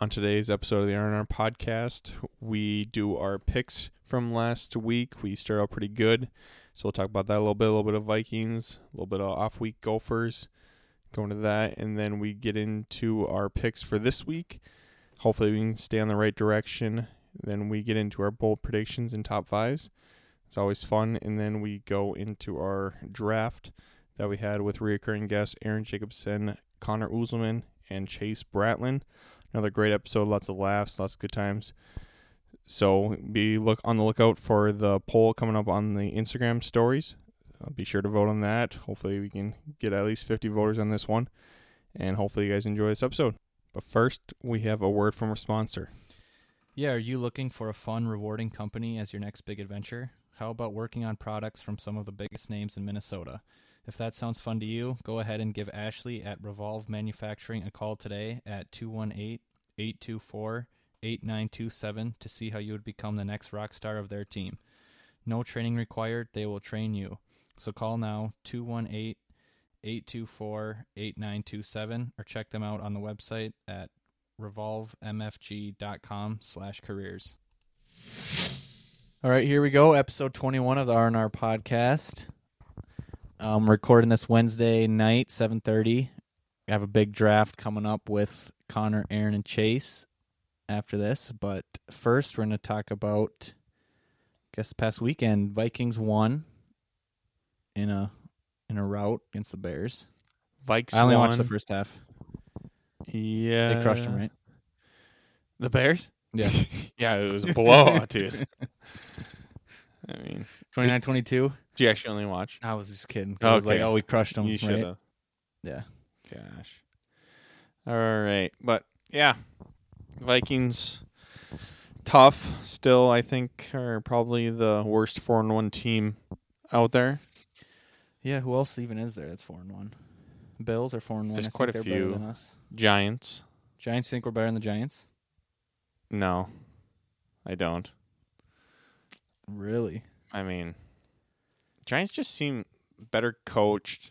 On today's episode of the R&R podcast, we do our picks from last week. We start out pretty good, so we'll talk about that a little bit, a little bit of Vikings, a little bit of off-week golfers, going to that, and then we get into our picks for this week. Hopefully, we can stay on the right direction. Then we get into our bold predictions and top fives. It's always fun, and then we go into our draft that we had with reoccurring guests Aaron Jacobson, Connor Uzelman, and Chase Bratlin. Another great episode, lots of laughs, lots of good times. So be look on the lookout for the poll coming up on the Instagram stories. Uh, be sure to vote on that. Hopefully, we can get at least 50 voters on this one, and hopefully, you guys enjoy this episode. But first, we have a word from our sponsor. Yeah, are you looking for a fun, rewarding company as your next big adventure? How about working on products from some of the biggest names in Minnesota? If that sounds fun to you, go ahead and give Ashley at Revolve Manufacturing a call today at 218 824 8927 to see how you would become the next rock star of their team. No training required, they will train you. So call now 218 824 8927 or check them out on the website at revolvemfg.com slash careers. All right, here we go. Episode 21 of the R&R podcast. Um recording this Wednesday night, 7:30. I have a big draft coming up with Connor, Aaron and Chase after this, but first we're going to talk about I guess past weekend Vikings won in a in a rout against the Bears. Vikes I only won. watched the first half. Yeah, Uh, They crushed them, right? The Bears. Yeah. yeah, it was a blowout, dude. I mean, 29-22. do you actually only watch? I was just kidding. 'cause I was like, Okay. "Oh, we crushed them." you should right? have. Yeah. Gosh. All right. But yeah. Vikings tough still, I think, are probably the worst four and one team out there. Yeah, who else even is there that's four and one? Bills are four and one. There's I think quite a they're better few. than us. Giants. Giants think we're better than the Giants. No. I don't. Really? I mean Giants just seem better coached.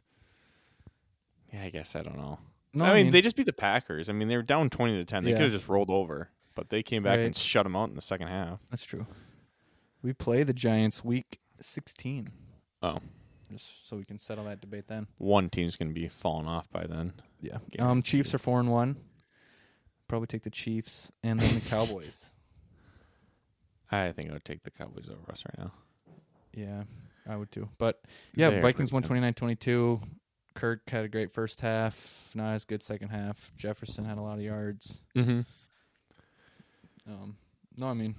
Yeah, I guess I don't know. No, I, mean, they just beat the Packers. I mean, they were down twenty to ten. They Yeah. could have just rolled over, but they came back and Right. shut them out in the second half. that's true. We play the Giants week sixteen. Oh. just so we can settle that debate then. One team's gonna be falling off by then. Yeah. Um, Guaranteed. Chiefs are four and one. Probably take the Chiefs and then the Cowboys. I think I would take the Cowboys over us right now. Yeah, I would too. But yeah, They're Vikings won pretty good. 29-22. Kirk had a great first half, not as good second half. Jefferson had a lot of yards. Mm-hmm. Um, no, I mean,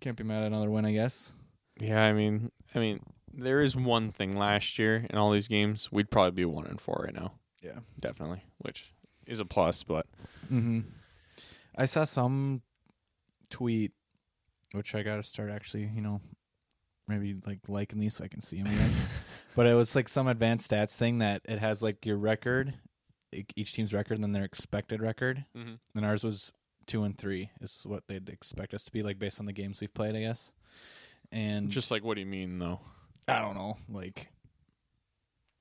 can't be mad at another win, I guess. Yeah, I mean, I mean, there is one thing last year in all these games, we'd probably be one and four right now, Yeah. definitely, which is a plus. But Mm-hmm. I saw some tweet, which I gotta start actually, you know, maybe like liking these so I can see them again. but it was like some advanced stats thing that it has like your record, e- each team's record, and then their expected record. Mm-hmm. And ours was two and three is what they'd expect us to be like based on the games we've played, I guess. And just like, what do you mean though? I don't know, like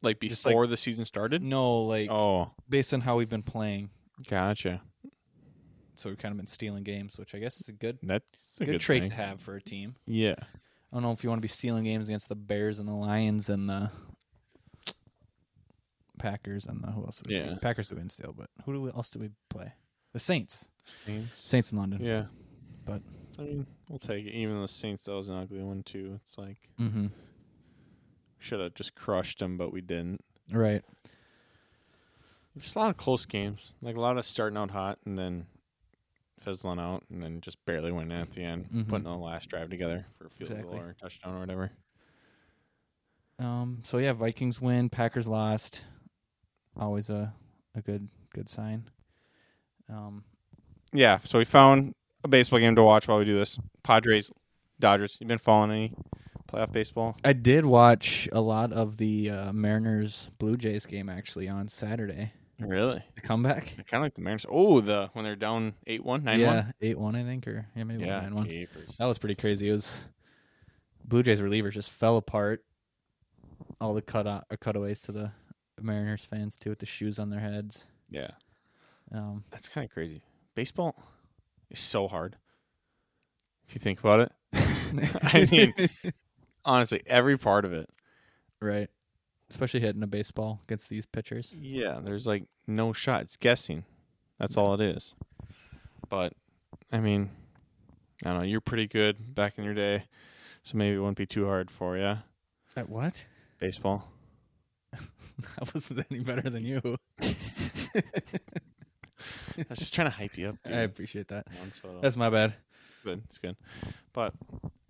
Like Just like- before the season started? no, like Oh, based on how we've been playing. gotcha. So we've kind of been stealing games, which I guess is a good That's a good, good, trait thing. to have for a team. Yeah, I don't know if you want to be stealing games against the Bears and the Lions and the Packers and the who else? Did we play? Yeah. Packers we didn't steal, but who do we, else did we play? The Saints. Saints. Saints in London. Yeah, But- I mean, we'll take it. Even the Saints, that was an ugly one too. It's like Mm-hmm. should have just crushed them, but we didn't. Right. Just a lot of close games, like a lot of starting out hot and then fizzling out, and then just barely winning at the end, Mhm. putting the last drive together for a field Exactly. goal or a touchdown or whatever. Um. So yeah, Vikings win. Packers lost. Always a a good good sign. Um. Yeah, so we found a baseball game to watch while we do this. Padres, Dodgers. You been following any playoff baseball? I did watch a lot of the uh, Mariners Blue Jays game actually on Saturday. Really? The comeback. I kind of like the Mariners. Oh, the when they're down eight one, nine yeah, one. eight one I think, or yeah maybe Yeah, nine one. jeepers. That was pretty crazy. It was Blue Jays relievers just fell apart. All the cut o- or cutaways to the Mariners fans too, with the shoes on their heads. Yeah, Um, that's kind of crazy. Baseball. is so hard. If you think about it, I mean, honestly, every part of it. right. Especially hitting a baseball against these pitchers. Yeah, there's like no shot. It's guessing. That's all it is. But I mean, I don't know. You're pretty good back in your day, so maybe it wouldn't be too hard for you. At what? Baseball. I wasn't any better than you. I was just trying to hype you up. Dude. I appreciate that. Once, Oh. so That's my bad. it's good. It's good. But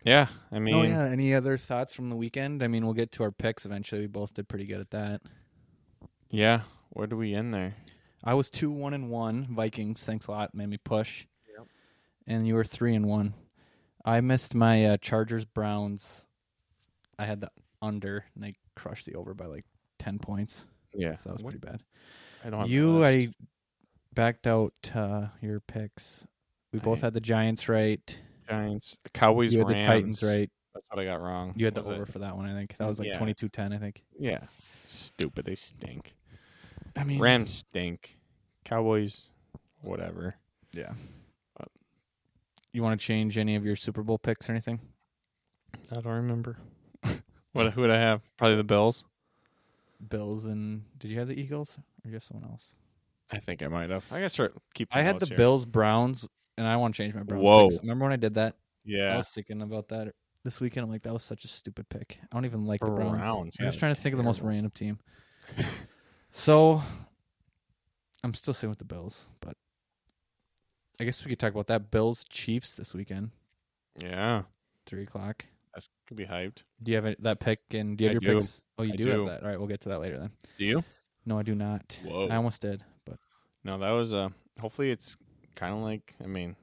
yeah, I mean, oh yeah. Any other thoughts from the weekend? I mean, we'll get to our picks eventually. We both did pretty good at that. yeah. Where do we end there? I was two one and one Vikings. Thanks a lot. Made me push. Yep. And you were three and one. I missed my uh, Chargers Browns. I had the under, and they crushed the over by like ten points. Yeah, So that was What- pretty bad. I don't have you, my I list. backed out uh, your picks. We both I- had the Giants right. Giants, Cowboys, you had Rams. the Titans right. That's what I got wrong. You had the Was it- over for that one. I think that was like Yeah. twenty two ten. I think. Yeah, stupid. They stink. I mean, Rams stink. Cowboys, whatever. yeah. Uh, You want to change any of your Super Bowl picks or anything? I don't remember. what who would I have? Probably the Bills. Bills and did you have the Eagles or did you have someone else? I think I might have. I gotta start keep. I had the notes here. Bills Browns, and I want to change my Browns. Whoa. Picks. Remember when I did that? I Yeah, was thinking about that this weekend. I'm like, that was such a stupid pick. I don't even like the Browns. Browns. I'm yeah, just trying to think of the most terrible. random team. so, I'm still sitting with the Bills, but I guess we could talk about that Bills Chiefs this weekend, Yeah, three o'clock. that's could be hyped. Do you have it- that pick? And do you have I your do. picks? Oh, you I do, have do. that. All right, we'll get to that later then. Do you? No, I do not. Whoa. I almost did, but No, that was uh Hopefully, it's kind of like. I mean,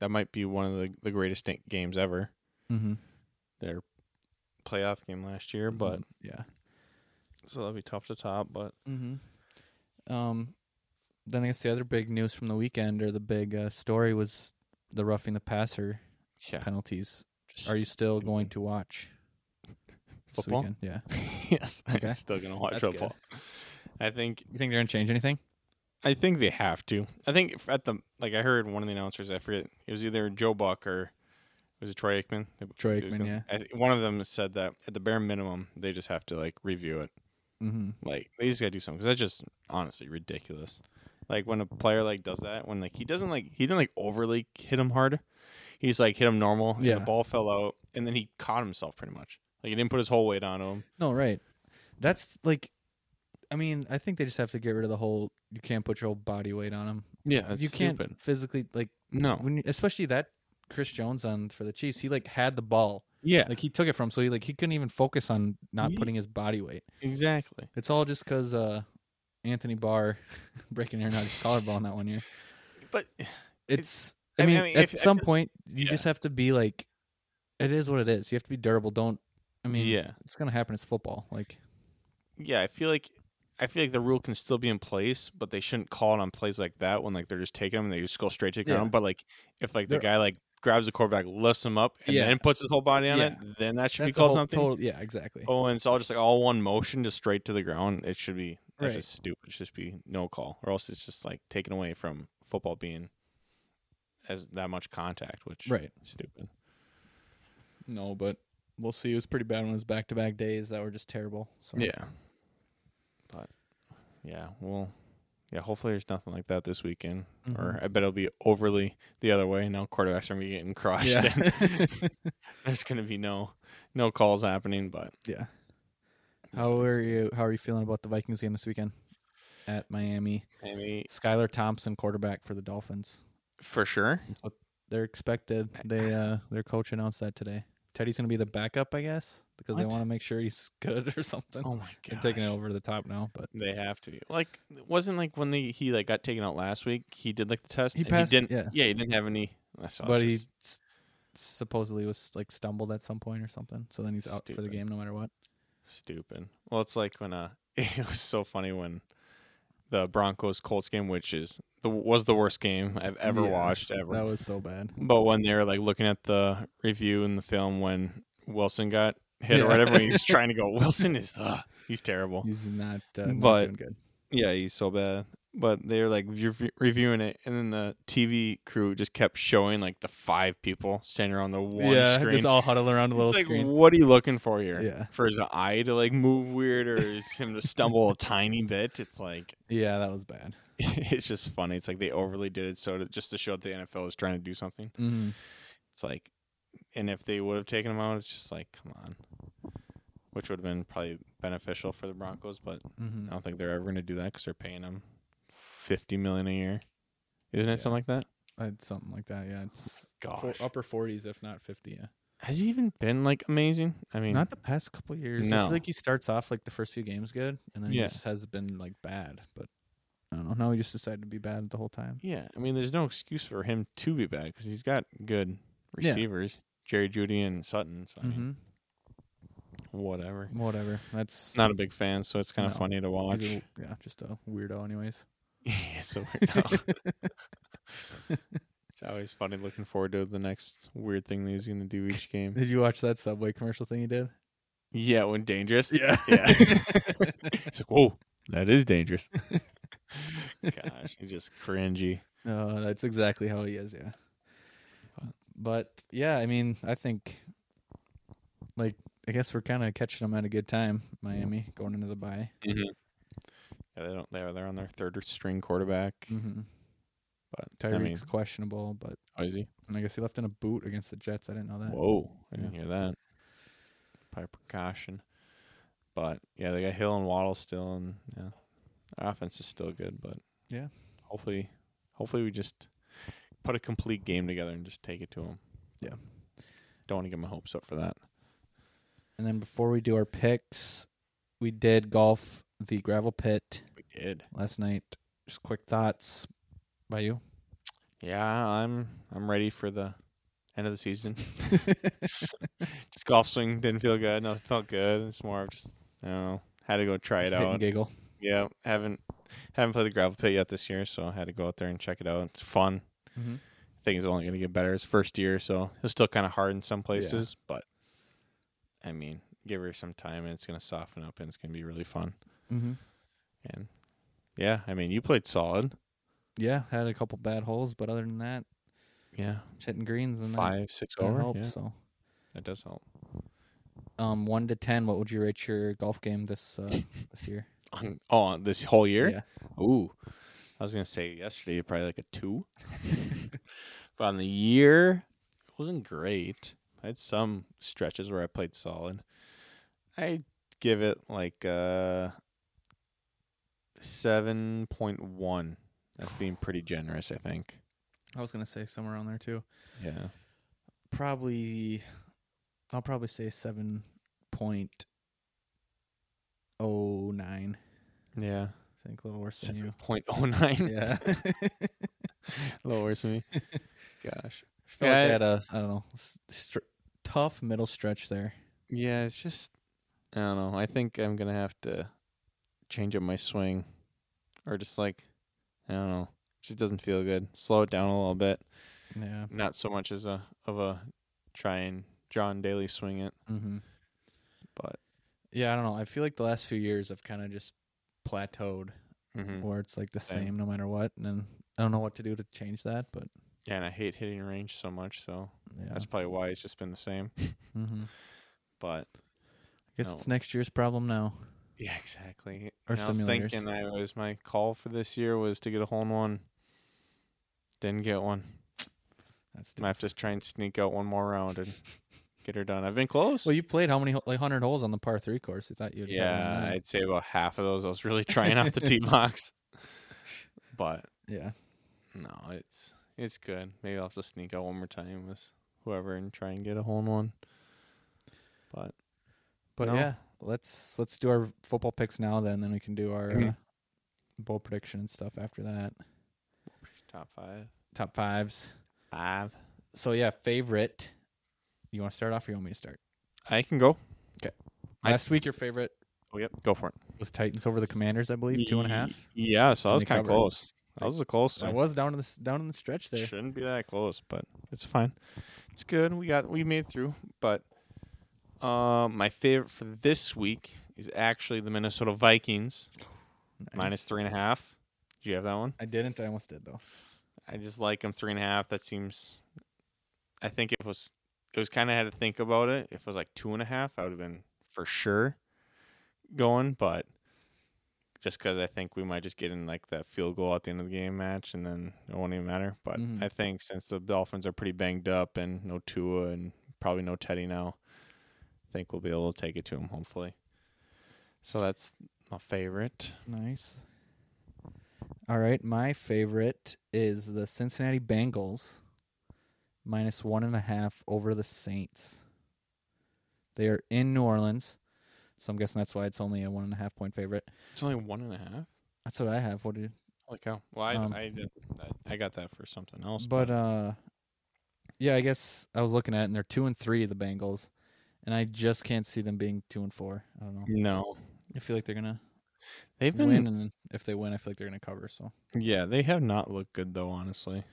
that might be one of the the greatest sta- games ever. mm-hmm. Their playoff game last year, but yeah. so that'd be tough to top. But Mm-hmm. Um, then I guess the other big news from the weekend or the big uh, story was the roughing the passer yeah, penalties. just- Are you still going to watch this Football? weekend? Yeah. yes, Okay. I'm still gonna watch That's good. football. I think You think they're gonna change anything? I think they have to. I think if at the like I heard one of the announcers. I forget it was either Joe Buck or was it Troy Aikman? Troy Aikman, yeah. I, thi- one of them said that at the bare minimum they just have to like review it. Mm-hmm. Like they just gotta do something because that's just honestly ridiculous. Like when a player like does that, when like he doesn't like he didn't like overly hit him hard. He's like hit him normal. and Yeah. the ball fell out, and then he caught himself pretty much. Like he didn't put his whole weight on him. No, right. That's like, I mean, I think they just have to get rid of the whole. You can't put your whole body weight on them. Yeah, that's you can't stupid. Oh. physically like No. when, you, especially that Chris Jones on for the Chiefs. He like had the ball, Yeah. like he took it from, him, so he like he couldn't even focus on not Ye- putting his body weight. exactly. It's all just because uh, Anthony Barr breaking your nut's collarbone that one year. But It's, I, I mean, mean- I mean, at if- I some feel- point you yeah. just have to be like, it is what it is. You have to be durable. Don't. I mean, yeah. it's gonna happen. It's football. Like, yeah, I feel like I feel like the rule can still be in place, but they shouldn't call it on plays like that when like they're just taking them and they just go straight to the Yeah. ground. But like if like They're- the guy like grabs the quarterback, lifts him up, and Yeah. then puts his whole body on Yeah. it, then that should be that's a called whole something. total- yeah, exactly. Oh, and it's all just like all one motion, just straight to the ground. It should be that's Right. just stupid. It should just be no call, or else it's just like taken away from football being as that much contact, which Right. is stupid. No, but we'll see. It was pretty bad when it was back to back days that were just terrible. So Yeah. But yeah, well, yeah. Hopefully, there's nothing like that this weekend, Mm-hmm. or I bet it'll be overly the other way. Now quarterbacks are gonna be getting crushed. And yeah. there's gonna be no no calls happening. But yeah. How are you? How are you feeling about the Vikings game this weekend at Miami? Miami Skylar Thompson, quarterback for the Dolphins. for sure. They're expected. They uh their coach announced that today. Teddy's gonna be the backup, I guess, because they What? want to make sure he's good or something. Oh my They're god, taking it over the top now, but They have to. Like, wasn't like when they, he like got taken out last week. He did like the test. He and passed, He didn't. yeah. he didn't have any. I saw but he it's just- s- supposedly was like stumbled at some point or something. So then he's out for the Stupid. game no matter what. Stupid. Well, it's like when uh, it was so funny when the Broncos Colts game, which is the was the worst game I've ever Yeah, watched ever. That was so bad. But when they were like looking at the review in the film when Wilson got hit Yeah. or whatever, and he's trying to go, Wilson is uh, he's terrible. He's not, uh, not But- doing good. Yeah, he's so bad. but they're like rev- reviewing it, and then the TV crew just kept showing like the five people standing around the one yeah, screen. just all huddle around a It's little like, screen. what are you looking for here? Yeah, For his eye to like move weird, or is him to stumble a tiny bit? It's like yeah, that was bad. it's just funny. It's like they overly did it so to, just to show that the NFL is trying to do something. Mm-hmm. It's like, and if they would have taken him out, it's just like, come on. Which would have been probably beneficial for the Broncos, but I Mm-hmm. don't think they're ever going to do that because they're paying him fifty million a year, isn't it? Yeah. Something like that. something like that. Yeah, it's fo- Gosh. upper forties, if not fifty. Yeah. Has he even been like amazing? I mean, Not the past couple years. No. I feel like he starts off like the first few games good, and then he Yeah. just has been like bad. But I don't know. Now he just decided to be bad the whole time. yeah. I mean, there's no excuse for him to be bad because he's got good Yeah. receivers, Jerry Judy and Sutton. So I mean, hmm whatever. Whatever. That's Not a big fan, so it's kind of Mm-hmm. No. funny to watch. he's a- yeah, just a weirdo, anyways. Yeah, so weird. now. it's always funny looking forward to the next weird thing that he's going to do each game. Did you watch that Subway commercial thing he did? Yeah, when dangerous. Yeah. Yeah. it's like, whoa, that is dangerous. Gosh, he's just cringy. No, that's exactly how he is, yeah. But- But yeah, I mean, I think like I guess we're kind of catching them at a good time, Miami going into the bye. Yeah, they don't. They're they're on their third string quarterback. Mm-hmm. But Tyreek's I mean, questionable, but oh, is he? I guess he left in a boot against the Jets. I didn't know that. Whoa, I didn't hear that. By precaution, but yeah, they got Hill and Waddle still, and yeah, our offense is still good. But Yeah. hopefully, hopefully we just put a complete game together and just take it to them. Yeah. don't want to get my hopes up for that. And then before we do our picks, we did golf the gravel pit We did. last night. Just quick thoughts by you. Yeah, I'm I'm ready for the end of the season. just golf swing didn't feel good. Nothing felt good. It's more of just I don't know. Had to go try it Just hit and out. giggle. Yeah, haven't haven't played the gravel pit yet this year, so I had to go out there and check it out. It's fun. Mhm. I think it's only going to get better. It's first year, so it was still kind of hard in some places, but I mean, give her some time and it's going to soften up and it's going to be really fun. Mm-hmm. And yeah, I mean, you played solid. Yeah, had a couple bad holes, but other than that, Yeah, just hitting greens and that- five, six that over. helped, yeah, So, that does help. um, one to ten, what would you rate your golf game this uh, this year? On, oh, on this whole year. Yeah. Ooh, I was gonna say yesterday probably like a two, but on the year it wasn't great. I had some stretches where I played solid. I give it like uh seven point one. That's being pretty generous, I think. I was gonna say somewhere on there too. Yeah, Probably, I'll probably say seven point oh nine. yeah, I think a little worse than seven you. point oh nine. Yeah, a little worse than me. Gosh, felt like Yeah, I I- had a I don't know s- str- tough middle stretch there. Yeah, it's just I don't know. I think I'm gonna have to change up my swing, or just like I don't know. It just doesn't feel good. Slow it down a little bit. Yeah. Not so much as a of a try and John Daly swing it, Mm-hmm. but Yeah, I don't know. I feel like the last few years I've kind of just plateaued where it's like the Mm-hmm. Same. same. no matter what. And then I don't know what to do to change that, but yeah, and I hate hitting range so much, so yeah. that's probably why it's just been the same. mm-hmm. But guess No. it's next year's problem now. yeah, exactly. Or And I was simulators. thinking I was my call for this year was to get a hole in one. Didn't get one. That's I the, have to try and sneak out one more round and get her done. I've been close. well, you played how many ho- like hundred holes on the par three course? I thought you. yeah, I'd say about half of those I was really trying off the tee box. But yeah. no, it's it's good. Maybe I'll have to sneak out one more time with whoever and try and get a hole in one. But But No. yeah, let's let's do our football picks now. Then then we can do our Mm-hmm. uh, bowl prediction and stuff after that. top five, Top fives. five, So yeah, favorite. You want to start off, or you want me to start? I can go. I- Last week, your favorite Oh yep, go for it. was Titans over the Commanders, I believe, two and a half. Yeah, so I And was they kind of covered. close. That was a close. I one. was down to the s- down in the stretch there. Shouldn't be that close, but it's fine. It's good. We got we made it through, but um, my favorite for this week is actually the Minnesota Vikings Nice. minus three and a half. Did Do you have that one? I didn't. I almost did though. I just like him three and a half. That seems. I think it was. It was kind of had to think about it. If it was like two and a half, I would have been for sure going. But just because I think we might just get in like that field goal at the end of the game match, and then it won't even matter. But Mhm. I think since the Dolphins are pretty banged up and no Tua and probably no Teddy now, I think we'll be able to take it to him hopefully. So that's my favorite. Nice. All right, my favorite is the Cincinnati Bengals minus one and a half over the Saints. They are in New Orleans, so I'm guessing that's why it's only a one and a half point favorite. It's only one and a half. That's what I have. What do you? Holy cow! Well, I Um, I, did, I I got that for something else, But uh, yeah, I guess I was looking at it, and they're two and three the Bengals, and I just can't see them being two and four. I don't know. no, I feel like they're gonna they've been win, and if they win, I feel like they're gonna cover. So yeah, they have not looked good though, honestly.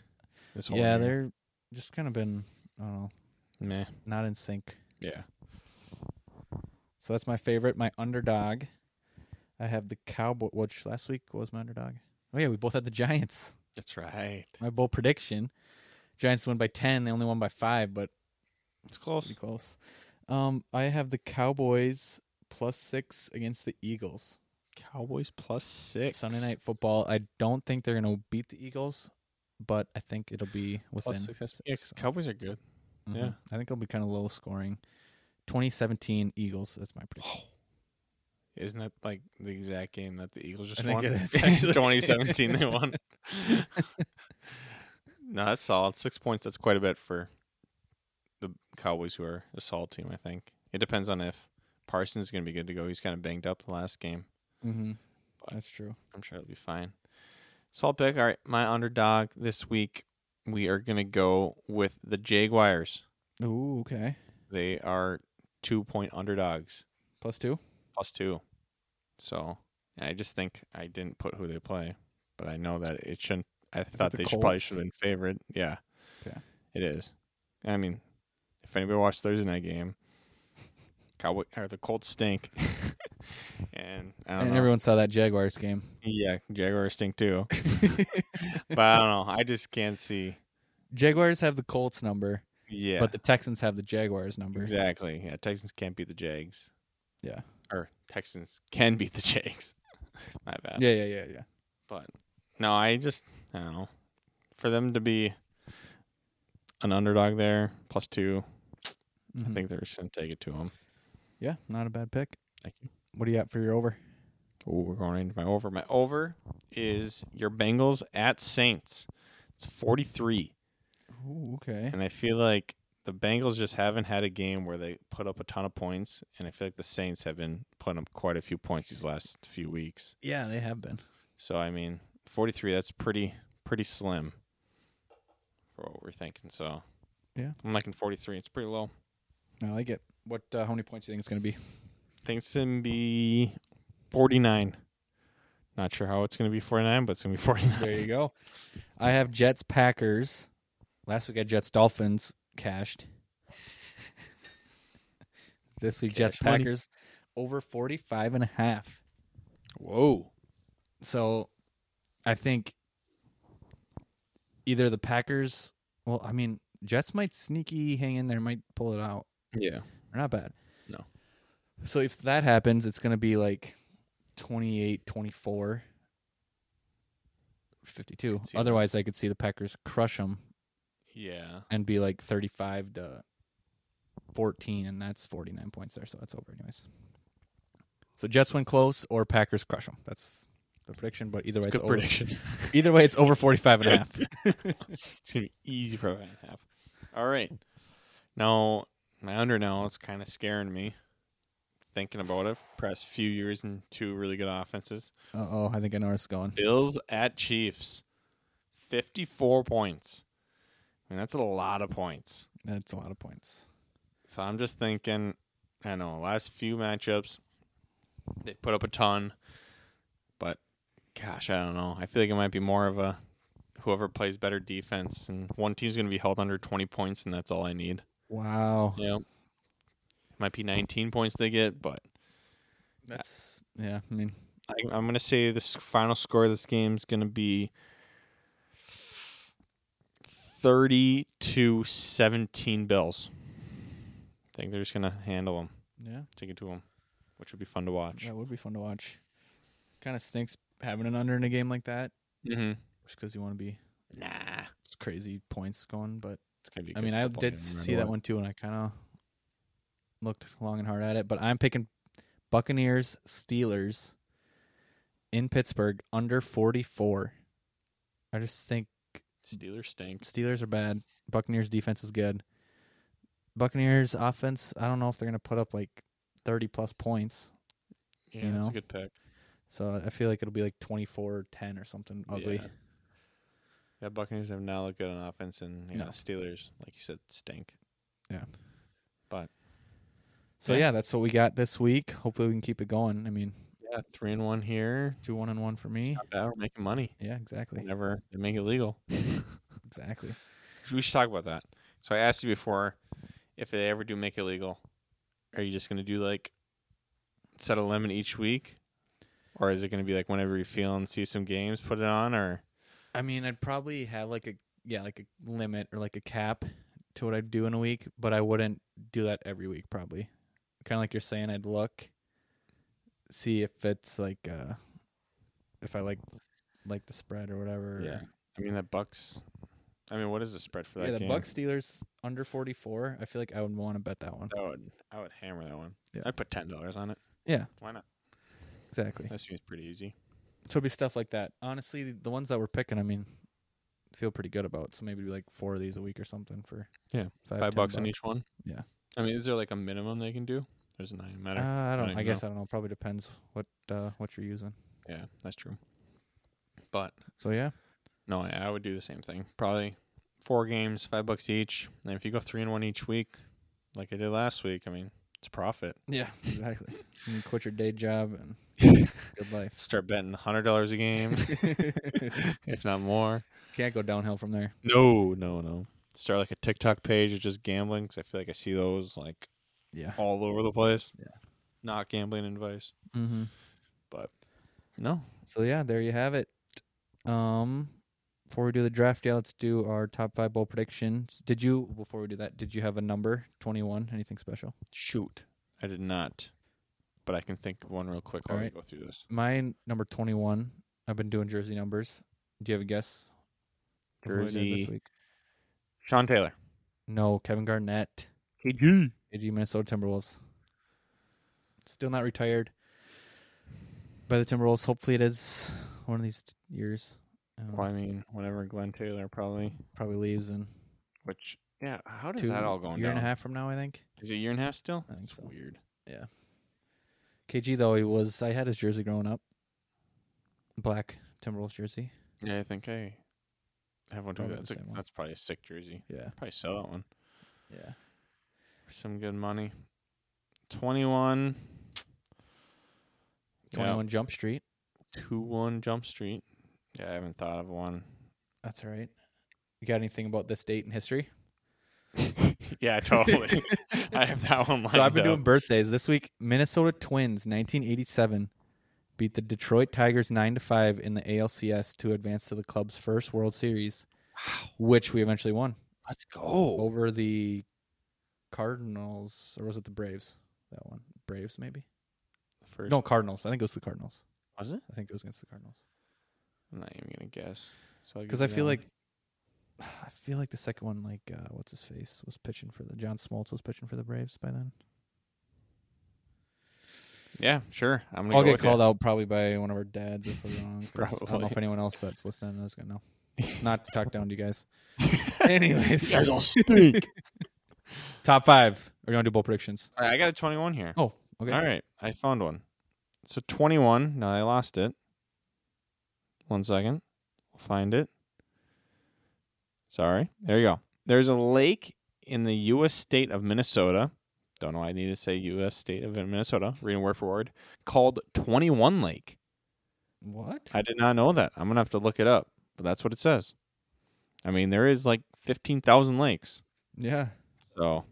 This whole yeah, year. they're just kind of been I don't know meh. not in sync. Yeah, So that's my favorite, my underdog. I have the Cowboy, which last week was my underdog. Oh yeah, we both had the Giants. that's right. My bold prediction: Giants win by ten. They only won by five, but It's close. pretty close. Um, I have the Cowboys plus six against the Eagles. Cowboys plus six Sunday night football. I don't think they're gonna beat the Eagles, but I think it'll be within. plus six. that's- Yeah, 'cause Cowboys are good. Mhm. Yeah. I think it'll be kind of low scoring. 2017 Eagles. That's my prediction. Isn't that like the exact game that the Eagles just think won? it is, actually. 2017, they won. no, that's solid. Six points. That's quite a bit for the Cowboys, who are a solid team. I think it depends on if Parsons is going to be good to go. He's kind of banged up the last game. Mm-hmm. That's true. I'm sure it'll be fine. Salt pick. All right, my underdog this week. We are going to go with the Jaguars. Ooh, okay. They are two point underdogs. Plus two. plus two. So and I just think I didn't put who they play, but I know that it shouldn't. I thought the they should, probably Colts? should have been favored. Yeah, Okay. it is. I mean, if anybody watched Thursday night game, Cowboy or the Colts stink, and I don't And know. everyone saw that Jaguars game. yeah, Jaguars stink too. but I don't know. I just can't see. Jaguars have the Colts number, Yeah, but the Texans have the Jaguars number. exactly. Yeah, Texans can't beat the Jags. Yeah. or Texans can beat the Jags. My bad. Yeah, yeah, yeah, yeah. But no, I just I don't know. For them to be an underdog there, plus 2 I Mhm. think they're just gonna take it to them. Yeah, not a bad pick. Thank you. What do you got for your over? Oh, we're going into my over. My over is your Bengals at Saints. It's forty three. Ooh, okay. And I feel like the Bengals just haven't had a game where they put up a ton of points, and I feel like the Saints have been putting up quite a few points these last few weeks. Yeah, they have been. So I mean, forty three. That's pretty pretty slim for what we're thinking. So Yeah. I'm liking forty three. It's pretty low. I like it. What? Uh, how many points do you think it's going to be? Think it's gonna be forty nine. Not sure how it's gonna be forty nine, but it's gonna be forty There nine. you go. I have Jets Packers. Last week I had Jets Dolphins cashed. this week Jets Cash money. Packers over 45 and a half. Whoa. So I think either the Packers, well, I mean, Jets might sneaky hang in there, might pull it out. Yeah. They're not bad. No. So if that happens, it's going to be like 28, 24, 52. see that. Otherwise, I could see the Packers crush them Yeah. and be like 35 to 14, and that's 49 points there. So that's over, anyways. So Jets win close or Packers crush them. That's the prediction, but either way, Good it's over. prediction. Either way, it's over 45 and a half. it's gonna be easy for about half. All right. Now my under now it's kind of scaring me. Thinking about it, past few years and two really good offenses. Uh oh, I think I know where it's going. Bills at Chiefs. 54 points. I mean, that's a lot of points. That's a lot of points. So I'm just thinking, I don't know, last few matchups, they put up a ton. But gosh, I don't know. I feel like it might be more of a whoever plays better defense. And one team's going to be held under 20 points, and that's all I need. Wow. Yeah. Might be 19 points they get, but That's, yeah, I mean, I, I'm gonna say this final score of this game is gonna be thirty to seventeen Bills. I think they're just gonna handle them, Yeah, take it to them, which would be fun to watch. that would be fun to watch. Kind of stinks having an under in a game like that, Mm-hmm. just because you want to be Nah, it's crazy points going. But it's gonna be. a I good mean, I football did game no matter see that what. one too, and I kind of looked long and hard at it. But I'm picking Buccaneers Steelers in Pittsburgh under 44. I just think Steelers stinks. Steelers are bad. Buccaneers defense is good. Buccaneers offense, I don't know if they're going to put up like 30 plus points. Yeah, You that's a know? good pick. So I feel like it'll be like 24 or 10 or something ugly. Yeah. Yeah, Buccaneers have not looked good on offense, and yeah, No. Steelers, like you said, stink. So Yeah. yeah. that's what we got this week. Hopefully we can keep it going. I mean, Yeah, three and one here. 2 1 and 1 for me. Not bad. We're making money. Yeah, exactly. Whenever they make it legal, Exactly. we should talk about that. So I asked you before if they ever do make it legal, are you just gonna do like set a limit each week, or is it gonna be like whenever you feel and see some games, put it on, or I mean, I'd probably have like a yeah, like a limit or like a cap to what I'd do in a week, but I wouldn't do that every week probably. Kind of like you're saying, I'd look, see if it's like uh if I like like the spread or whatever. Yeah, I mean that Bucks. I mean, what is the spread for that yeah, the game? Bucks Steelers under 44. I feel like I would want to bet that one. I would, I would hammer that one. Yeah. I'd put ten dollars on it. Yeah. Why not? Exactly. That seems pretty easy. So it'd be stuff like that. Honestly, the ones that we're picking, I mean, feel pretty good about. So maybe like four of these a week or something for Yeah, five, Five ten bucks on each one. Yeah. I mean, is there like a minimum they can do? There's not even Uh, matter. I don't. don't I even guess I don't know. Probably depends what uh, what you're using. yeah, that's true. But So yeah, no, I, I would do the same thing. Probably four games, five bucks each. And if you go three and one each week, like I did last week, I mean, it's a profit. yeah, exactly. you can quit your day job and good life. Start betting hundred dollars a game, if not more. Can't go downhill from there. No, no, no. Start like a TikTok page of just gambling 'cause I feel like I see those like Yeah. all over the place. Yeah. Not gambling advice. Mm-hmm. No. So yeah, there you have it. Um, before we do the draft, yeah, let's do our top five bowl predictions. Did you before we do that? Did you have a number twenty one? Anything special? Shoot. I did not. But I can think of one real quick All while right. we go through this. My number twenty one. I've been doing jersey numbers. Do you have a guess? of who I did Jersey. this week? Sean Taylor. No, Kevin Garnett. KG. AG Minnesota Timberwolves. Still not retired by the Timberwolves. Hopefully, it is one of these t- years. Um, Well, I mean, whenever Glenn Taylor probably, Probably leaves in which, yeah, how does two that all going year down? and a half from now. I think Is it a year and a half still? I think That's so. weird. KG though he was. I had his jersey growing up. Black Timberwolves jersey. Yeah, I think I have one too. Probably That's, the a, same one. that's probably a sick jersey. Yeah, Probably sell that one yeah. for some good money. 21. Twenty one Jump Street. 2 1 Jump Street. Yeah, I haven't thought of one. That's all right. You got anything about this date in history? Yeah, totally. I have that one lined So I've been up. doing birthdays this week. Minnesota Twins, 1987, beat the Detroit Tigers nine to five in the ALCS to advance to the club's first World Series, which we eventually won Let's go. over the Cardinals, or was it the Braves? That one, Braves maybe? First, No, Cardinals. I think it was the Cardinals. was it? I think it was against the Cardinals I'm not even gonna guess. So because I feel like I feel like the second one, like uh, what's his face, was pitching for the John Smoltz was pitching for the Braves by then. yeah, sure. I'm gonna I'll go get with called out probably by one of our dads if we're wrong. 'cause I don't know Probably. if anyone else that's listening is gonna know. Not to talk down to you guys. Anyways, all stink. top five. We're gonna do bowl predictions. All right, I got a 21 here. Oh, okay. All right, I found one. So 21. Now I lost it. One second, we'll find it. Sorry. There you go. There's a lake in the U.S. state of Minnesota. Don't know. why I need to say U.S. state of Minnesota. Reading word for word. Called 21 Lake. What? I did not know that. I'm gonna have to look it up, but that's what it says. I mean, there is like fifteen thousand lakes, Yeah. so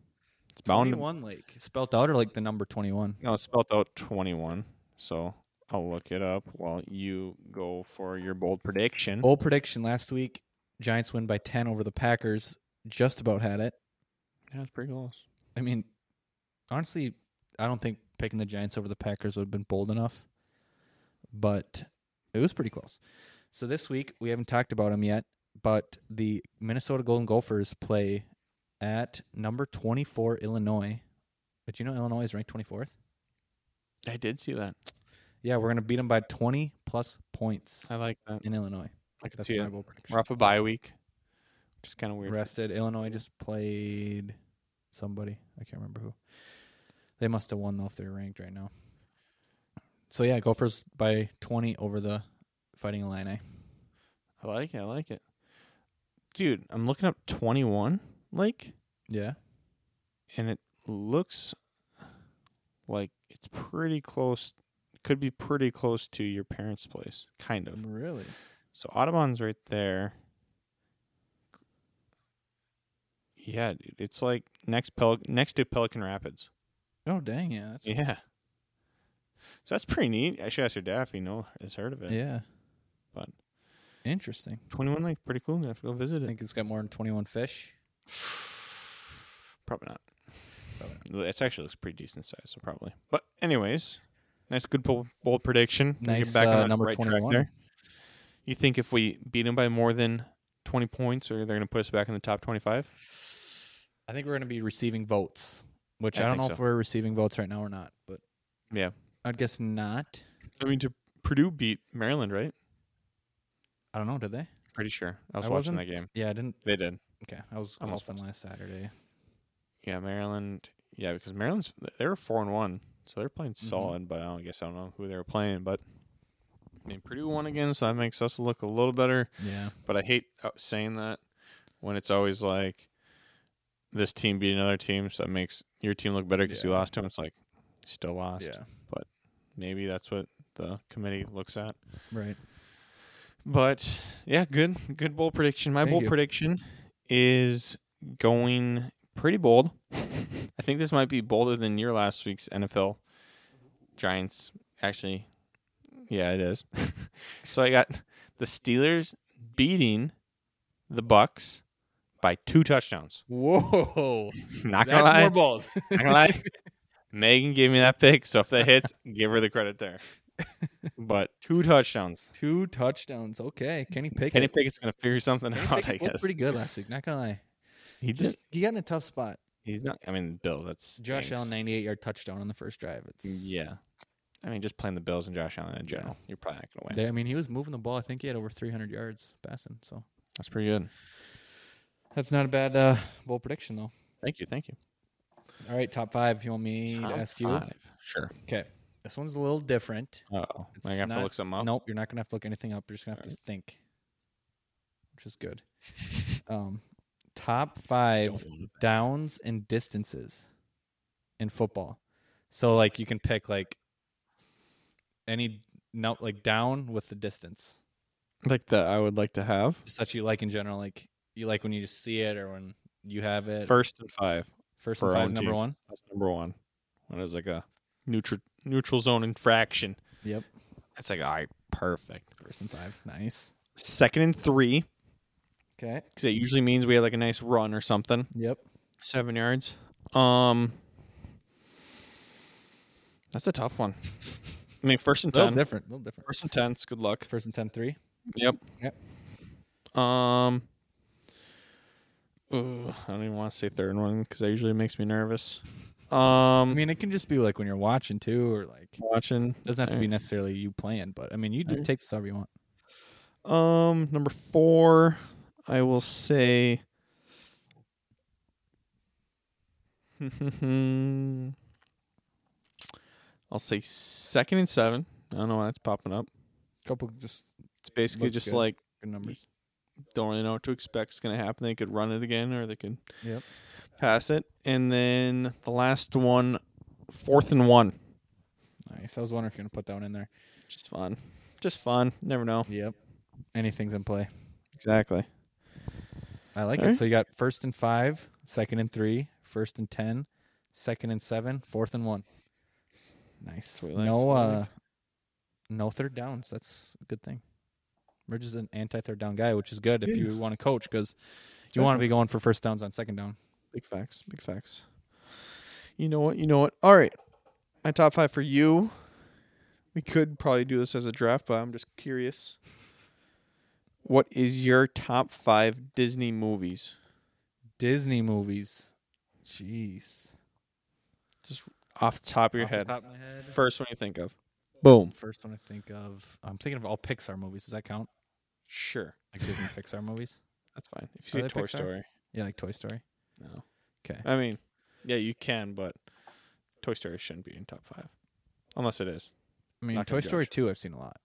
it's bound. To, Lake spelt out or like the number twenty-one. no, it's spelled out twenty-one. So I'll look it up while you go for your bold prediction. Bold prediction last week: Giants win by ten over the Packers. Just about had it. Yeah, it's pretty close. I mean, honestly, I don't think picking the Giants over the Packers would have been bold enough, but it was pretty close. So this week we haven't talked about them yet, but the Minnesota Golden Gophers play at number twenty-four Illinois. But you know Illinois is ranked twenty-fourth. I did see that. Yeah, we're gonna beat them by twenty plus points I like that. in Illinois. I can That's see my it. bold prediction. We're off a bye week, which is kind of weird. rested. Illinois just played somebody. I can't remember who. They must have won though if they're ranked right now. So yeah, Gophers by twenty over the Fighting Illini. I like it. I like it. Dude, I'm looking up 21 like Yeah, and it looks like it's pretty close could be pretty close to your parents' place, kind of. really. So Audubon's right there. Yeah, dude, it's like next Pel- next to Pelican Rapids. Oh dang, yeah, that's, yeah. Yeah. So that's pretty neat. I should ask your dad if he know has heard of it. But- interesting. Twenty one Lake, pretty cool. I'm gonna have to go visit I it. think it's got more than twenty-one fish. Probably not. It actually looks pretty decent size, so probably. But anyways, nice good bold, bold prediction. Gonna Nice, uh, number 21. You think if we beat them by more than twenty points, or they're gonna put us back in the top twenty five? I think we're gonna be receiving votes, which I I, don't know think if so. we're receiving votes right now or not, but Yeah. I'd guess not. I mean, to Purdue beat Maryland, right? I don't know. Did they? Pretty sure. I was I watching wasn't- that game. Yeah, I didn't. They did. Okay, I was I'm golfing almost last Saturday. Yeah, Maryland. Yeah, because Maryland's they were four and one, so they're playing solid. But I don't guess I don't know who they were playing, but I mean Purdue won again, so that makes us look a little better. Yeah. But I hate uh, saying that when it's always like this team beat another team, so that makes your team look better because you Yeah. lost to them. It's like you still lost. Maybe that's what the committee looks at. Right. But yeah, good good bold prediction. My Thank bold you. prediction is going pretty bold. I think this might be bolder than your last week's NFL Giants. Actually, yeah, it is. so I got the Steelers beating the Bucks by two touchdowns. Whoa. Not gonna lie. bold. Not gonna lie. Megan gave me that pick, so if that hits, give her the credit there. But two touchdowns. Two touchdowns. Okay. Kenny Pickett. Kenny Pickett's gonna figure something Kenny out, I Pickett guess. looked pretty good last week. Not gonna lie. he Just just he got in a tough spot. he's not. I mean, Bill. That's Josh Allen, 98 yard touchdown on the first drive. It's Yeah, I mean, just playing the Bills and Josh Allen in general, you're probably not gonna win. They- I mean, he was moving the ball. I think he had over 300 yards passing. So That's pretty good. that's not a bad uh, bold prediction though. Thank you, thank you. All right, top five. If you want me Top to ask five. Sure. you. Okay. This one's a little different. Oh, It's I have to not- look something up. Nope, you're not gonna have to look anything up. You're just gonna have to think, which is good. um, top five Don't want it. downs and distances in football. So like you can pick like any no like down with the distance. Like that, I would like to have Just that you like in general, like you like when you just see it or when you have it. first and five. First for and our five is own number team. one. That's number one. When it's like a neutral neutral zone infraction, Yep. it's like all right, perfect. First and five. Nice. Second and three, Okay. because it usually means we had like a nice run or something. Yep. Seven yards. Um, that's a tough one. I mean, first and A little ten. different. A little different. First and tens. Good luck. First and ten three. Yep. Yep. Um. ugh, I don't even want to say third one because that usually makes me nervous. I Um, mean, it can just be like when you're watching too, or like watching. doesn't have to be necessarily you playing, but I mean, you Alright. just take this however you want. Um, number four, I will say. I'll say second and seven. I don't know why that's popping up. Couple just It's basically Looks just good. like good numbers. don't really know what to expect is going to happen. They could run it again or they could Yep. pass it. And then the last one, fourth and one. Nice. I was wondering if you're gonna put that one in there. Just fun. Just fun. Never know. Yep. Anything's in play. Exactly. I like Alright. it. So you got first and five, second and three, first and ten, second and seven, fourth and one. Nice. what we like, that's what No we uh like. No third downs. That's a good thing. Ridge is an anti third down guy, which is good if you want to coach because you want to be going for first downs on second down. Big facts. Big facts. You know what? You know what? All right. My top five for you. We could probably do this as a draft, but I'm just curious. What is your top five Disney movies? Disney movies. Jeez. Off the top of your Off the head. top of my head. First one you think of. Boom. First one I think of. I'm thinking of all Pixar movies. Does that count? Sure. Like Disney Pixar movies? That's fine. If Are you they see Toy Pixar? Story. Yeah, like Toy Story. No. 'Kay. I mean, yeah, you can, but Toy Story shouldn't be in top five. Unless it is. I mean, Not Toy gonna Story judge. 2 I've seen a lot.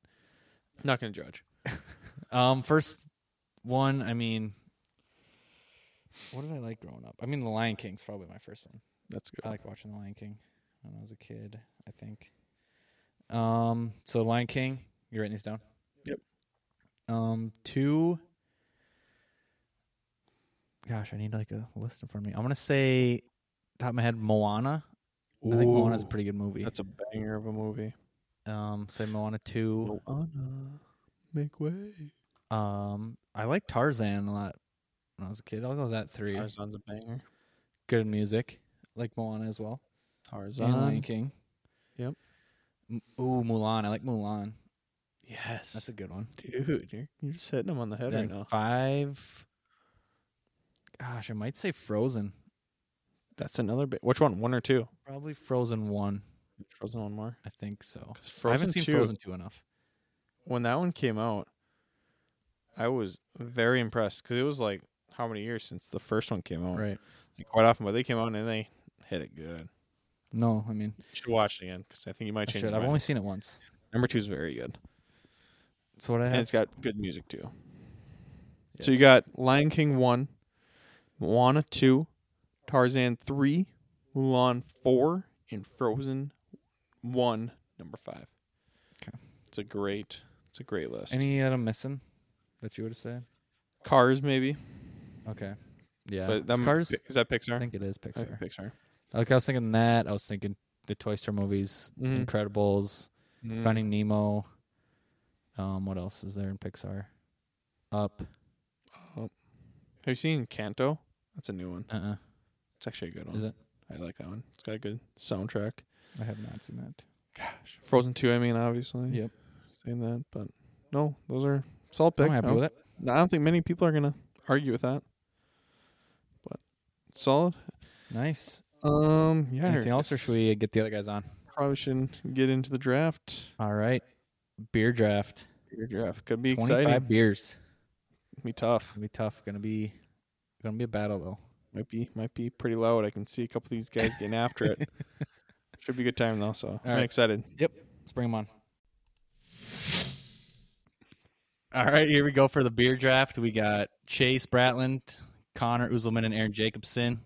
Not going to judge. Um, first one, I mean, what did I like growing up? I mean, The Lion King's probably my first one. That's good. I like watching The Lion King when I was a kid. I think. Um, so Lion King, you're writing these down. Yep. Um, two. Gosh, I need like a list in front of me. I'm gonna say, top of my head, Moana. I think Moana's a pretty good movie. That's a banger of a movie. Um, say Moana two. Moana, make way. Um, I like Tarzan a lot when I was a kid. I'll go with that three. Tarzan's a banger. Good music, like Moana as well. And Lion Tarzan. King. Yep. M- Ooh, Mulan. I like Mulan. Yes. That's a good one. Dude, you're, you're just hitting him on the head Then right now. Five. Gosh, I might say Frozen. That's another bit. Which one? One or two? Probably Frozen one. Frozen one more. I think so. 'Cause I haven't Frozen seen 2, Frozen two enough. When that one came out, I was very impressed because it was like how many years since the first one came out? Right. Like quite often, but they came out and they hit it good. No, I mean, You should watch it again because I think you might I change. should. your I've mind. only seen it once. Number two is very good, So what I and have? it's got good music too. So you got Lion King one, Moana two, Tarzan three, Mulan four, and Frozen one, number five. Okay. it's a great, it's a great list. Any that I'm missing that you would have said? Cars maybe, Okay. Yeah. but It's that Cars. is that I Pixar? think it is I Pixar. think Pixar. Like I was thinking that. I was thinking the Toy Story movies, Mhm. Incredibles, Mm. Finding Nemo. Um, what else is there in Pixar? Up. Have you seen Canto? That's a new one. Uh. uh It's actually a good one. Is it? I like that one. It's got a good soundtrack. I have not seen that. Gosh, Frozen Two. I mean, obviously. Yep. Saying that, but no, those are solid pick. I'm happy I with it. No, I don't think many people are gonna argue with that. But solid. Nice. Um, yeah. Anything else, or should we get the other guys on? Probably shouldn't get into the draft. All right. Beer draft. Your draft could be 25 exciting. beers. Be tough. Gonna be tough. Gonna be, gonna be a battle though. Might be might be pretty loud. I can see a couple of these guys getting after it. Should be a good time though. So I'm right. excited. Let's bring them on. All right, here we go for the beer draft. We got Chase Bratland, Connor Uzelman, and Aaron Jacobson.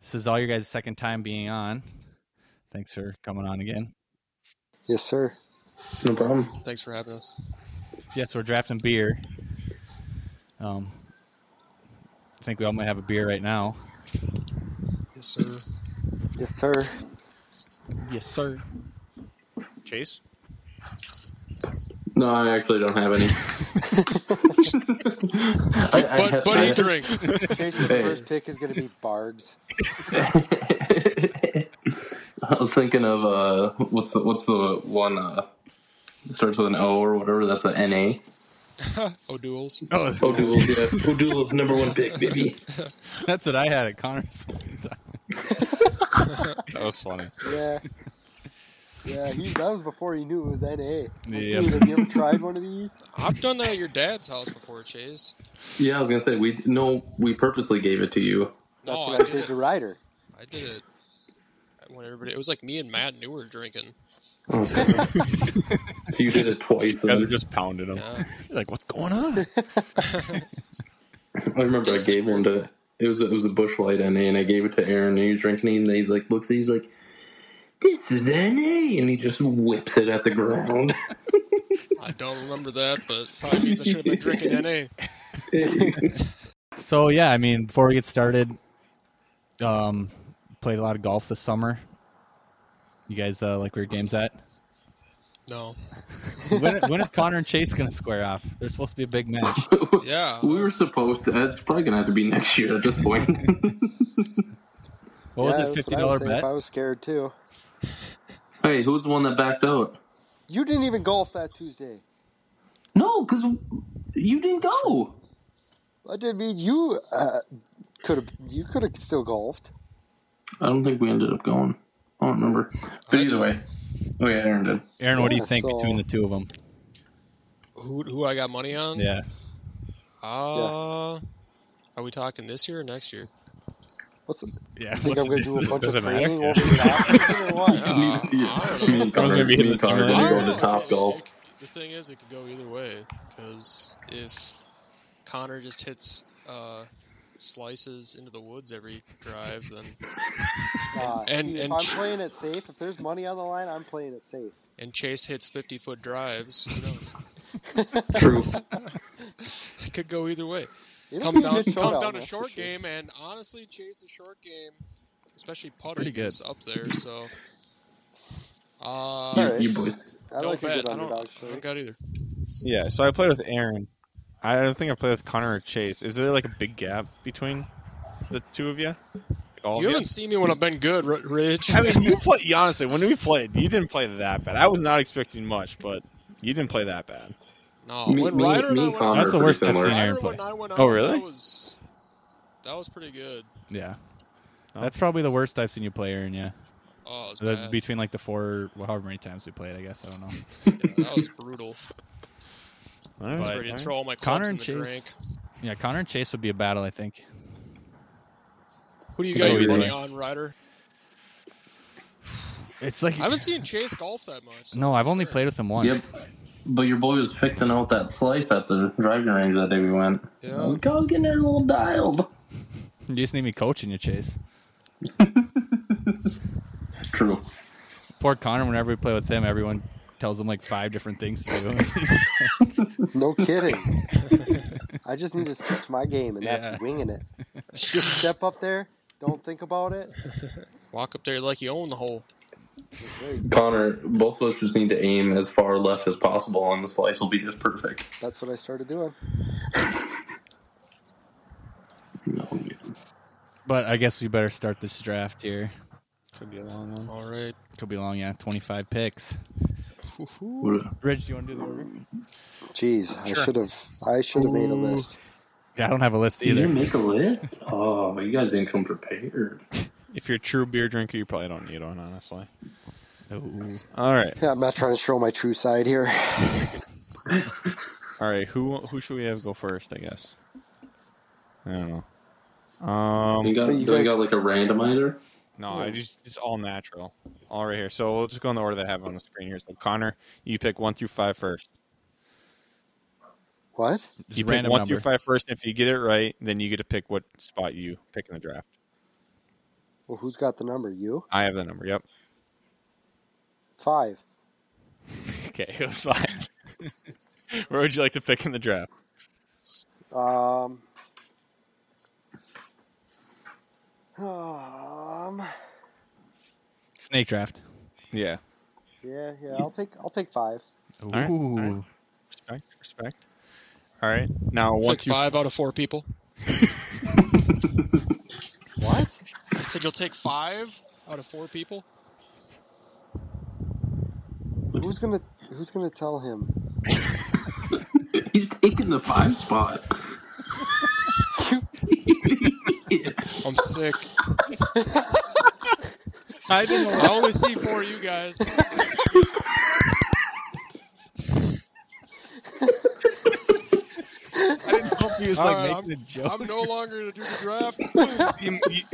This is all your guys' second time being on. Thanks for coming on again. Yes, sir. No problem. Thanks for having us. Yes, we're drafting beer. Um, I think we all might have a beer right now. Yes, sir. Yes, sir. Yes, sir. Chase. No, I actually don't have any. I, I have- but he I- drinks. Hey. Chase's first pick is going to be Barb's. I was thinking of uh, what's the what's the one uh, starts with an O or whatever. That's a NA. O'Doul's. O'Doul's, yeah. Oh. O'Doul's number one pick, baby. That's what I had at Connor's. one time. That was funny. Yeah. Yeah, he, that was before he knew it was NA. Yeah. Dude, have you ever tried one of these? I've done that at your dad's house before, Chase. Yeah, I was gonna say we no, we purposely gave it to you. That's No, what I I did did it. to Ryder. I did it when everybody. It was like me and Matt knew we were drinking. You did it twice. and then- just pounding them. Yeah. Like, what's going on? I remember I gave one to it was a, it was a bush light NA, and I gave it to Aaron. and He was drinking, it, and he's like, "Look, he's like, this is NA," and he just whips it at the ground. I don't remember that, but probably means I should have been drinking NA. So yeah, I mean, before we get started, um, played a lot of golf this summer. You guys uh, like where your games at? No. when, when is Connor and Chase going to square off? There's supposed to be a big match. Yeah. We were supposed to. It's probably gonna have to be next year at this point. What yeah, was it? that's Fifty what I would dollar say if bet. I was scared too. hey, who's the one that backed out? You didn't even golf that Tuesday. No, because you didn't go. I did mean you uh, could have you could have still golfed. I don't think we ended up going. I don't remember. But I either did. way, oh yeah, Aaron did. Aaron, what do you Yeah, think so- between the two of them? Who who I got money on? Yeah, Uh are we talking this year or next year? What's the, yeah. I think I'm gonna do a bunch of training matter? over the off or what? Uh, I don't know. and Those would be me the and Connor same didn't I go don't to Top Golf. It- it- The thing is, it could go either way because if Connor just hits uh, slices into the woods every drive, then Uh, And- see, and- if I'm playing it safe, if there's money on the line, I'm playing it safe. and Chase hits fifty foot drives, who knows? True. It could go either way. It'll comes be a down good comes showdown, down to that's for short sure. game, and honestly, Chase's short game, especially putting, Pretty good. is up there. So. Uh, Sorry. Alright. You boys. I don't like a bet. good I don't. underdog I story. don't got either. Yeah, so I played with Aaron. I don't think I played with Connor or Chase. Is there like a big gap between the two of you? Like, Oh, all You of you? haven't seen me when I've been good, R- Rich. I mean, you play honestly. When we played, you didn't play that bad. I was not expecting much, but you didn't play that bad. No, Me, when me- Ryder and me I and went Connor out, That's the are pretty worst I've similar. seen. Aaron Ryder play. when I went out, Oh, really? That was that was pretty good. Yeah. That's probably the worst I've seen you play, Aaron. Yeah, Oh, it was The- bad. between like the four, well, however many times we played, I guess I don't know. Yeah, that was brutal. All right, I was all But- ready to right. throw all my Connor clubs in and the Chase. drink. Yeah, Connor and Chase would be a battle, I think. Who do you Could got go your either money way. on, Ryder? It's like I haven't seen Chase golf that much. so no, I'm I've only sure. played with him Yep. once. But your boy was fixing out that slice at the driving range that day we went. Yeah. Look, I was getting a little dialed. You just need me coaching you, Chase. True. Poor Connor. Whenever we play with him, everyone tells him like five different things to do. No kidding. I just need to switch my game, and that's winging it. Just step up there. Don't think about it. Walk up there like you own the hole. Just wait. Connor, both of us just need to aim as far left as possible, and the slice will be just perfect. That's what I started doing. No, but I guess we better start this draft here. Could be a long one. All right. Could be long, yeah. Twenty-five picks. What- Rich, do you want to do the order? Jeez, I should have. I should have made a list. Yeah, I don't have a list Did you either. make a list? Oh, you guys didn't come prepared. If you're a true beer drinker, you probably don't need one, honestly. All right, Yeah, I'm not trying to show my true side here. all right. Who who should we have go first? I guess. I don't know. Um, You got, But you do I guys- got like a randomizer? no, I just it's all natural. All right here. So we'll just go in the order that I have on the screen here. So Connor, you pick one through five first. What? Just you pick one random through number. five first. and If you get it right, then you get to pick what spot you pick in the draft. Well, who's got the number? You? I have the number. Yep. Five. Okay, it was five. Where would you like to pick in the draft? Um. Um. Snake draft. Yeah. Yeah, yeah. I'll take. I'll take five. Ooh. right, all right. Respect. Respect. All right. Now one Took through five out of four people. What? I said you'll take five out of four people. Who's gonna? Who's gonna tell him? He's taking the five spot. I'm sick. I didn't. I only see four of you guys. hope he was All like right, making a joke. I'm no longer to do the draft. you, you-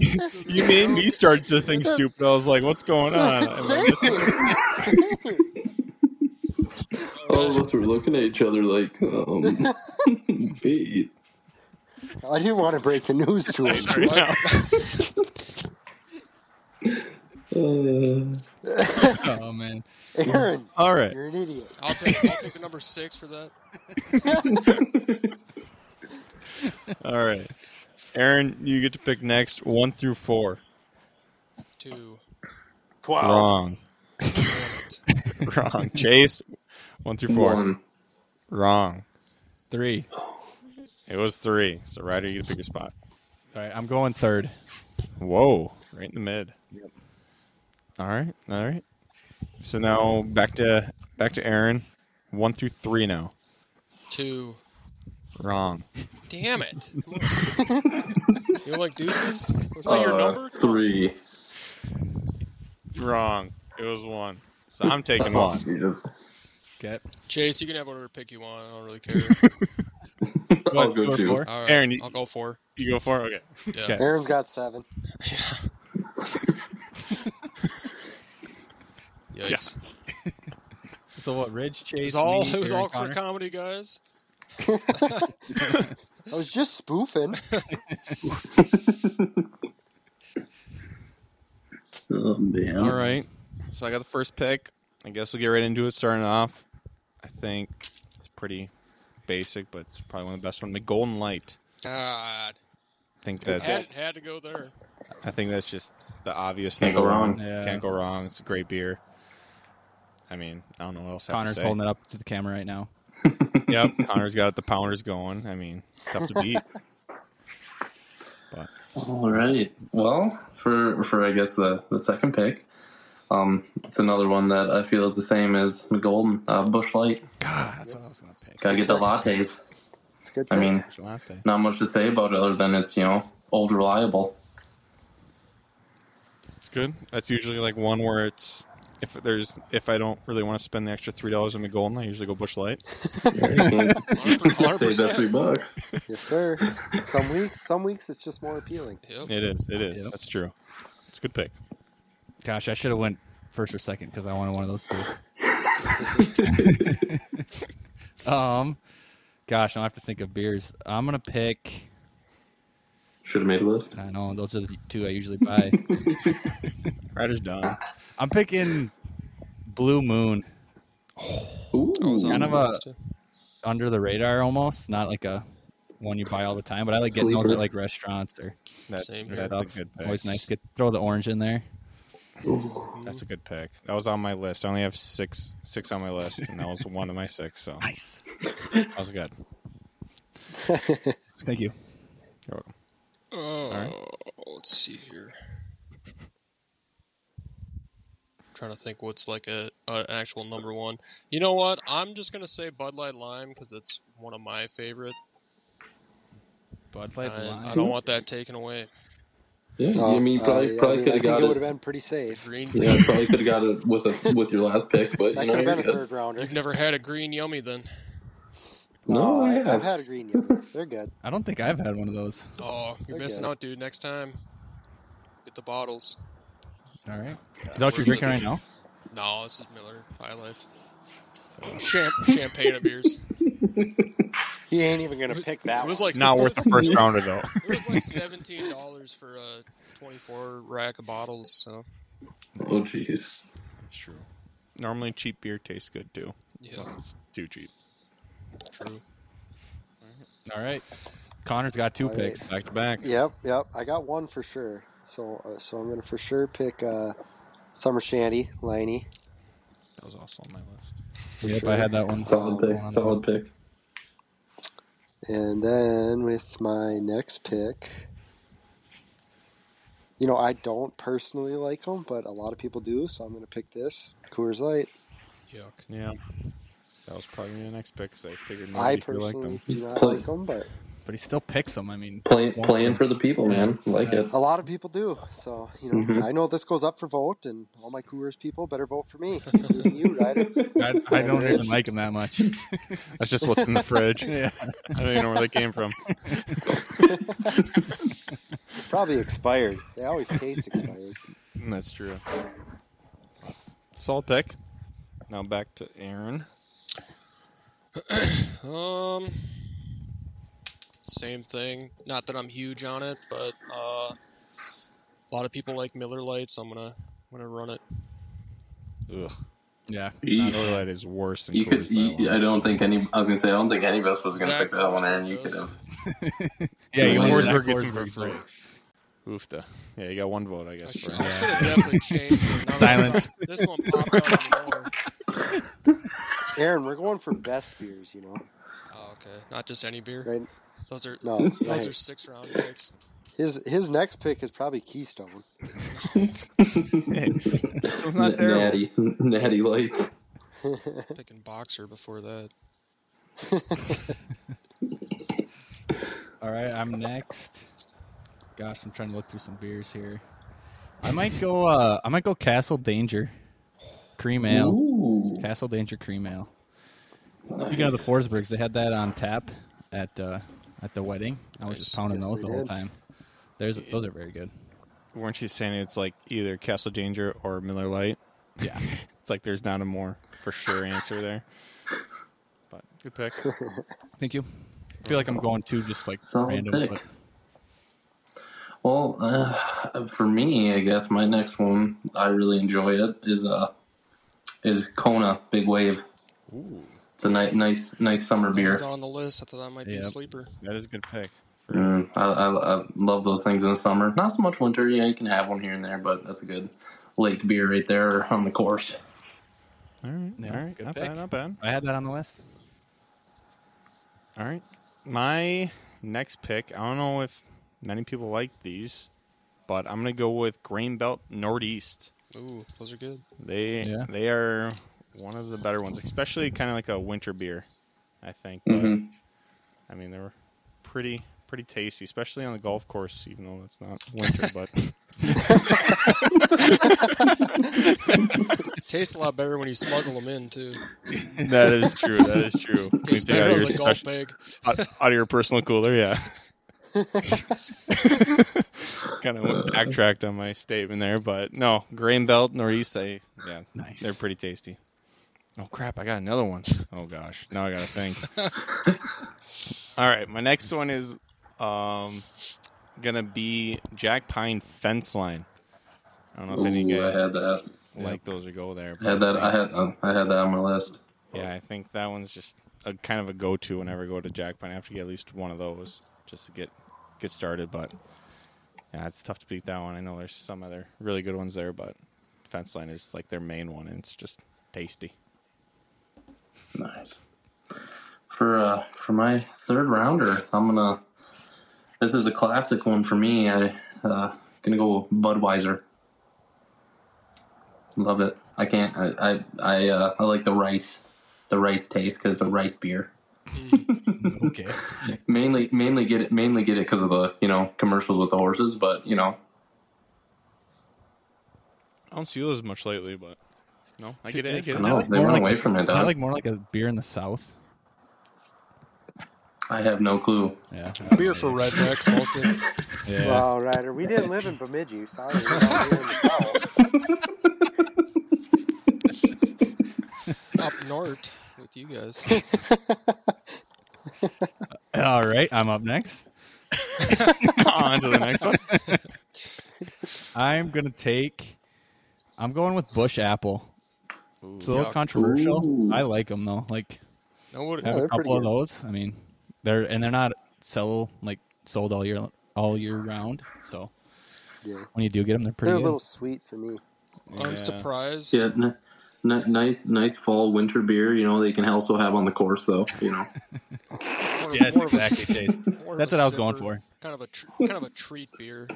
you made me start to think stupid. I was like, "What's going on?" All of us were looking at each other like, um, wait. I didn't want to break the news to him. Uh, oh man. Aaron, All right. you're an idiot. I'll take. I'll take the number six for that. All right. Aaron, you get to pick next one through four. Two. Wrong. Damn it. Wrong. Chase. One through four. One. Wrong. Three. It was three. So Ryder, you get to pick a spot. All right, I'm going third. Whoa. Right in the mid. All right. All right. So now back to back to Aaron. One through three now. Two. Wrong. Damn it. Come on. you like deuces? Was that Oh, your Uh, number? Come on. Three. Wrong. It was one. So I'm taking Oh, one. Jesus. Get. Chase, you can have whatever pick you want. I don't really care. I'll go Go two. for it. All right, Aaron, you- I'll go four. You go for it? Okay. Yeah. Okay. Aaron's got seven. Yikes. So what? Ridge It Chase. was all me, it was Aaron all for Connor? comedy, guys. I was just spoofing. Oh man. All right. So I got the first pick. I guess we'll get right into it. Starting off, I think it's pretty basic, but it's probably one of the best ones. The Golden Light. God. I think that Had, had to go there. I think that's just the obvious. Can't number go one. wrong. Yeah. Can't go wrong. It's a great beer. I mean, I don't know what else I have Connor's to say. holding it up to the camera right now. Yep, Connor's got the pounders going. I mean, it's tough to beat. All right. Well, for for I guess the the second pick, um, it's another one that I feel is the same as the golden uh, bush light. God, that's what I was gonna pick. Gotta get the lattes. It's a good. I pick. mean, Latte. not much to say about it other than it's you know old reliable. It's good. That's usually like one where it's if there's if I don't really want to spend the extra three dollars on the golden, I usually go Bush Light. You can 100%. Save that three bucks. yes, sir. Some weeks, some weeks it's just more appealing. Yep. It is. It is. Yep. That's true. It's a good pick. Gosh, I should have went first or second because I wanted one of those two. um, gosh, I'll have to think of beers. I'm gonna pick. Should have made a list. I know those are the two I usually buy. Ryder's done. Ah, I'm picking Blue Moon, Ooh. I was on Kind the of a- list, too. under the radar almost. Not like a one you buy all the time, but I like getting those Sleeper. at like restaurants or That, Same here. that's a stuff. good pick. Always nice. Get throw the orange in there. That's a good pick. That was on my list. I only have six six on my list, and that was one of my six. So Nice. that was good. Uh, Thank you. You're welcome. Oh, let's see here. trying to think what's like a, a an actual number one. You know what? I'm just gonna say Bud Light Lime because it's one of my favorite. Bud Light and Uh, I Lime. don't want that taken away. Yeah, Uh, I mean, you probably, uh, probably I, mean, could I think have got it would it. have been pretty safe. Green. Yeah, probably could have got it with a, with your last pick, but That you know, could have been a you're good. third rounder. You've never had a green yummy then. No, Uh, I I've have. had a green yogurt. They're good. I don't think I've had one of those. Oh, you're Okay. missing out, dude. Next time, get the bottles. All right. Is that what you're drinking right now? No, this is Miller High Life. Uh, Champ- champagne of beers. He ain't even gonna pick that. It was one. like Not it worth was- the first rounder though. It was like seventeen dollars for a twenty-four rack of bottles. So Oh, jeez. It's true. Normally, cheap beer tastes good too. yeah, It's too cheap. true. All right. Connor's got two All right. picks. Back to back. Yep, yep. I got one for sure. So, uh, so I'm gonna for sure pick uh, Summer Shandy, Liney. That was also on my list. Yep, I had that one. Solid pick. Solid pick. And then with my next pick, you know, I don't personally like them, but a lot of people do, so I'm going to pick this Coors Light. Yuck. Yeah. That was probably the next pick because I figured nobody I would like personally them. do not Cool. like them, but But he still picks them. I mean, Playing One playing win. for the people, man. Like it. a lot of people do. So, you know, Mhm. I know this goes up for vote, and all my Coors people better vote for me. Including you, Ryder. I, I don't even like him that much. That's just what's in the fridge. yeah. I don't even know where they came from. Probably expired. They always taste expired. That's true. Solid pick. Now back to Aaron. Um, same thing. Not that I'm huge on it, but uh, a lot of people like Miller Lights. I'm gonna I'm gonna run it. Ugh. Yeah. Yeesh. Miller Lite is worse than You Coors could. by a You, lot. I don't think any. I was gonna say. I don't think any of us was gonna Zach pick that one, Aaron. You could Forrester have. Yeah, you want wanted Forsberg Forsberg gets him for free. Forsberg Oofta. Yeah, you got one vote, I I guess. should, for I him. should have definitely changed. It. Now that I saw- This one popped out of nowhere. Aaron, we're going for best beers, you know. Oh, okay. Not just any beer. Right? Those are No, those right. are six round picks. His his next pick is probably Keystone. This one's not N- terrible. Natty, natty light. Picking boxer before that. All right, I'm next. Gosh, I'm trying to look through some beers here. I might go. Uh, I might go Castle Danger, cream ale. Ooh, Castle Danger cream ale. Speaking of the Forsbergs, they had that on tap at uh, at the wedding. I was just Nice. pounding Yes, those they the whole did. time. There's those are very good. Weren't you saying it's like either Castle Danger or Miller Lite? Yeah. It's like there's not a more for sure answer there. But good pick. Thank you. I feel like I'm going to just like Solid random. pick. But Well, uh, for me, I guess my next one I really enjoy it is uh is Kona Big Wave. Ooh, It's a nice, nice, nice summer That beer. was on the list. I thought that might be Yep. a sleeper. that is a good pick. Mm, I, I, I love those things in the summer. Not so much winter. Yeah, you can have one here and there, but that's a good lake beer right there on the course. All right, Yeah, all right, good not pick. bad, not bad. I had that on the list. All right, my next pick. I don't know if many people like these, but I'm gonna go with Grain Belt Northeast. Ooh, those are good. They Yeah. they are one of the better ones, especially kind of like a winter beer. I think. But, hmm I mean, they were pretty pretty tasty, especially on the golf course. Even though it's not winter, but Tastes a lot better when you smuggle them in too. that is true. That is true. You Tastes take out, better on your the golf special, bag. out, out of your personal cooler, yeah. kind of went backtracked on my statement there, but no, grain belt northeast. I, yeah, Nice. they're pretty tasty. Oh crap! I got another one. Oh gosh, now I gotta think. All right, my next one is um gonna be Jack Pine Fence Line. I don't know if any of you Ooh, I guys had that. like those or go there. I had but that. I had. Uh, I had that on my list. yeah, I think that one's just a kind of a go-to whenever I go to Jack Pine. I have to get at least one of those just to get get started. But yeah, it's tough to beat that one. I know there's some other really good ones there, but Fence Line is like their main one, and it's just tasty. Nice. For uh, for my third rounder, I'm gonna. This is a classic one for me. I uh, gonna go Budweiser. Love it. I can't. I I I, uh, I like the rice, the rice taste because it's a rice beer. Okay. Mainly, mainly get it. Mainly get it because of the you know commercials with the horses. But you know, I don't see those much lately, but no, I get it. I get I it. know they more went like away a- from it. Is that dog. like more like a beer in the South? I have no clue. Yeah. Beer for rednecks mostly. Yeah. Wow, Ryder, we didn't live in Bemidji. Sorry, we're out here in the South. Up north with you guys. All right, I'm up next. On to the next one. I'm gonna take. I'm going with bush apple. It's a little Yuck. controversial. Ooh. I like them though. Like No, what, have they're a couple pretty of good. those. I mean, they're and they're not sell like sold all year all year round. So Yeah. when you do get them, they're pretty. They're a good. little sweet for me. Yeah. I'm surprised. Yeah, n- n- nice, nice fall winter beer. You know they can also have on the course though. You know. More- Yes, more of a- exactly. Chase. more of That's a what I was going sipper, for. Kind of a tr- kind of a treat beer.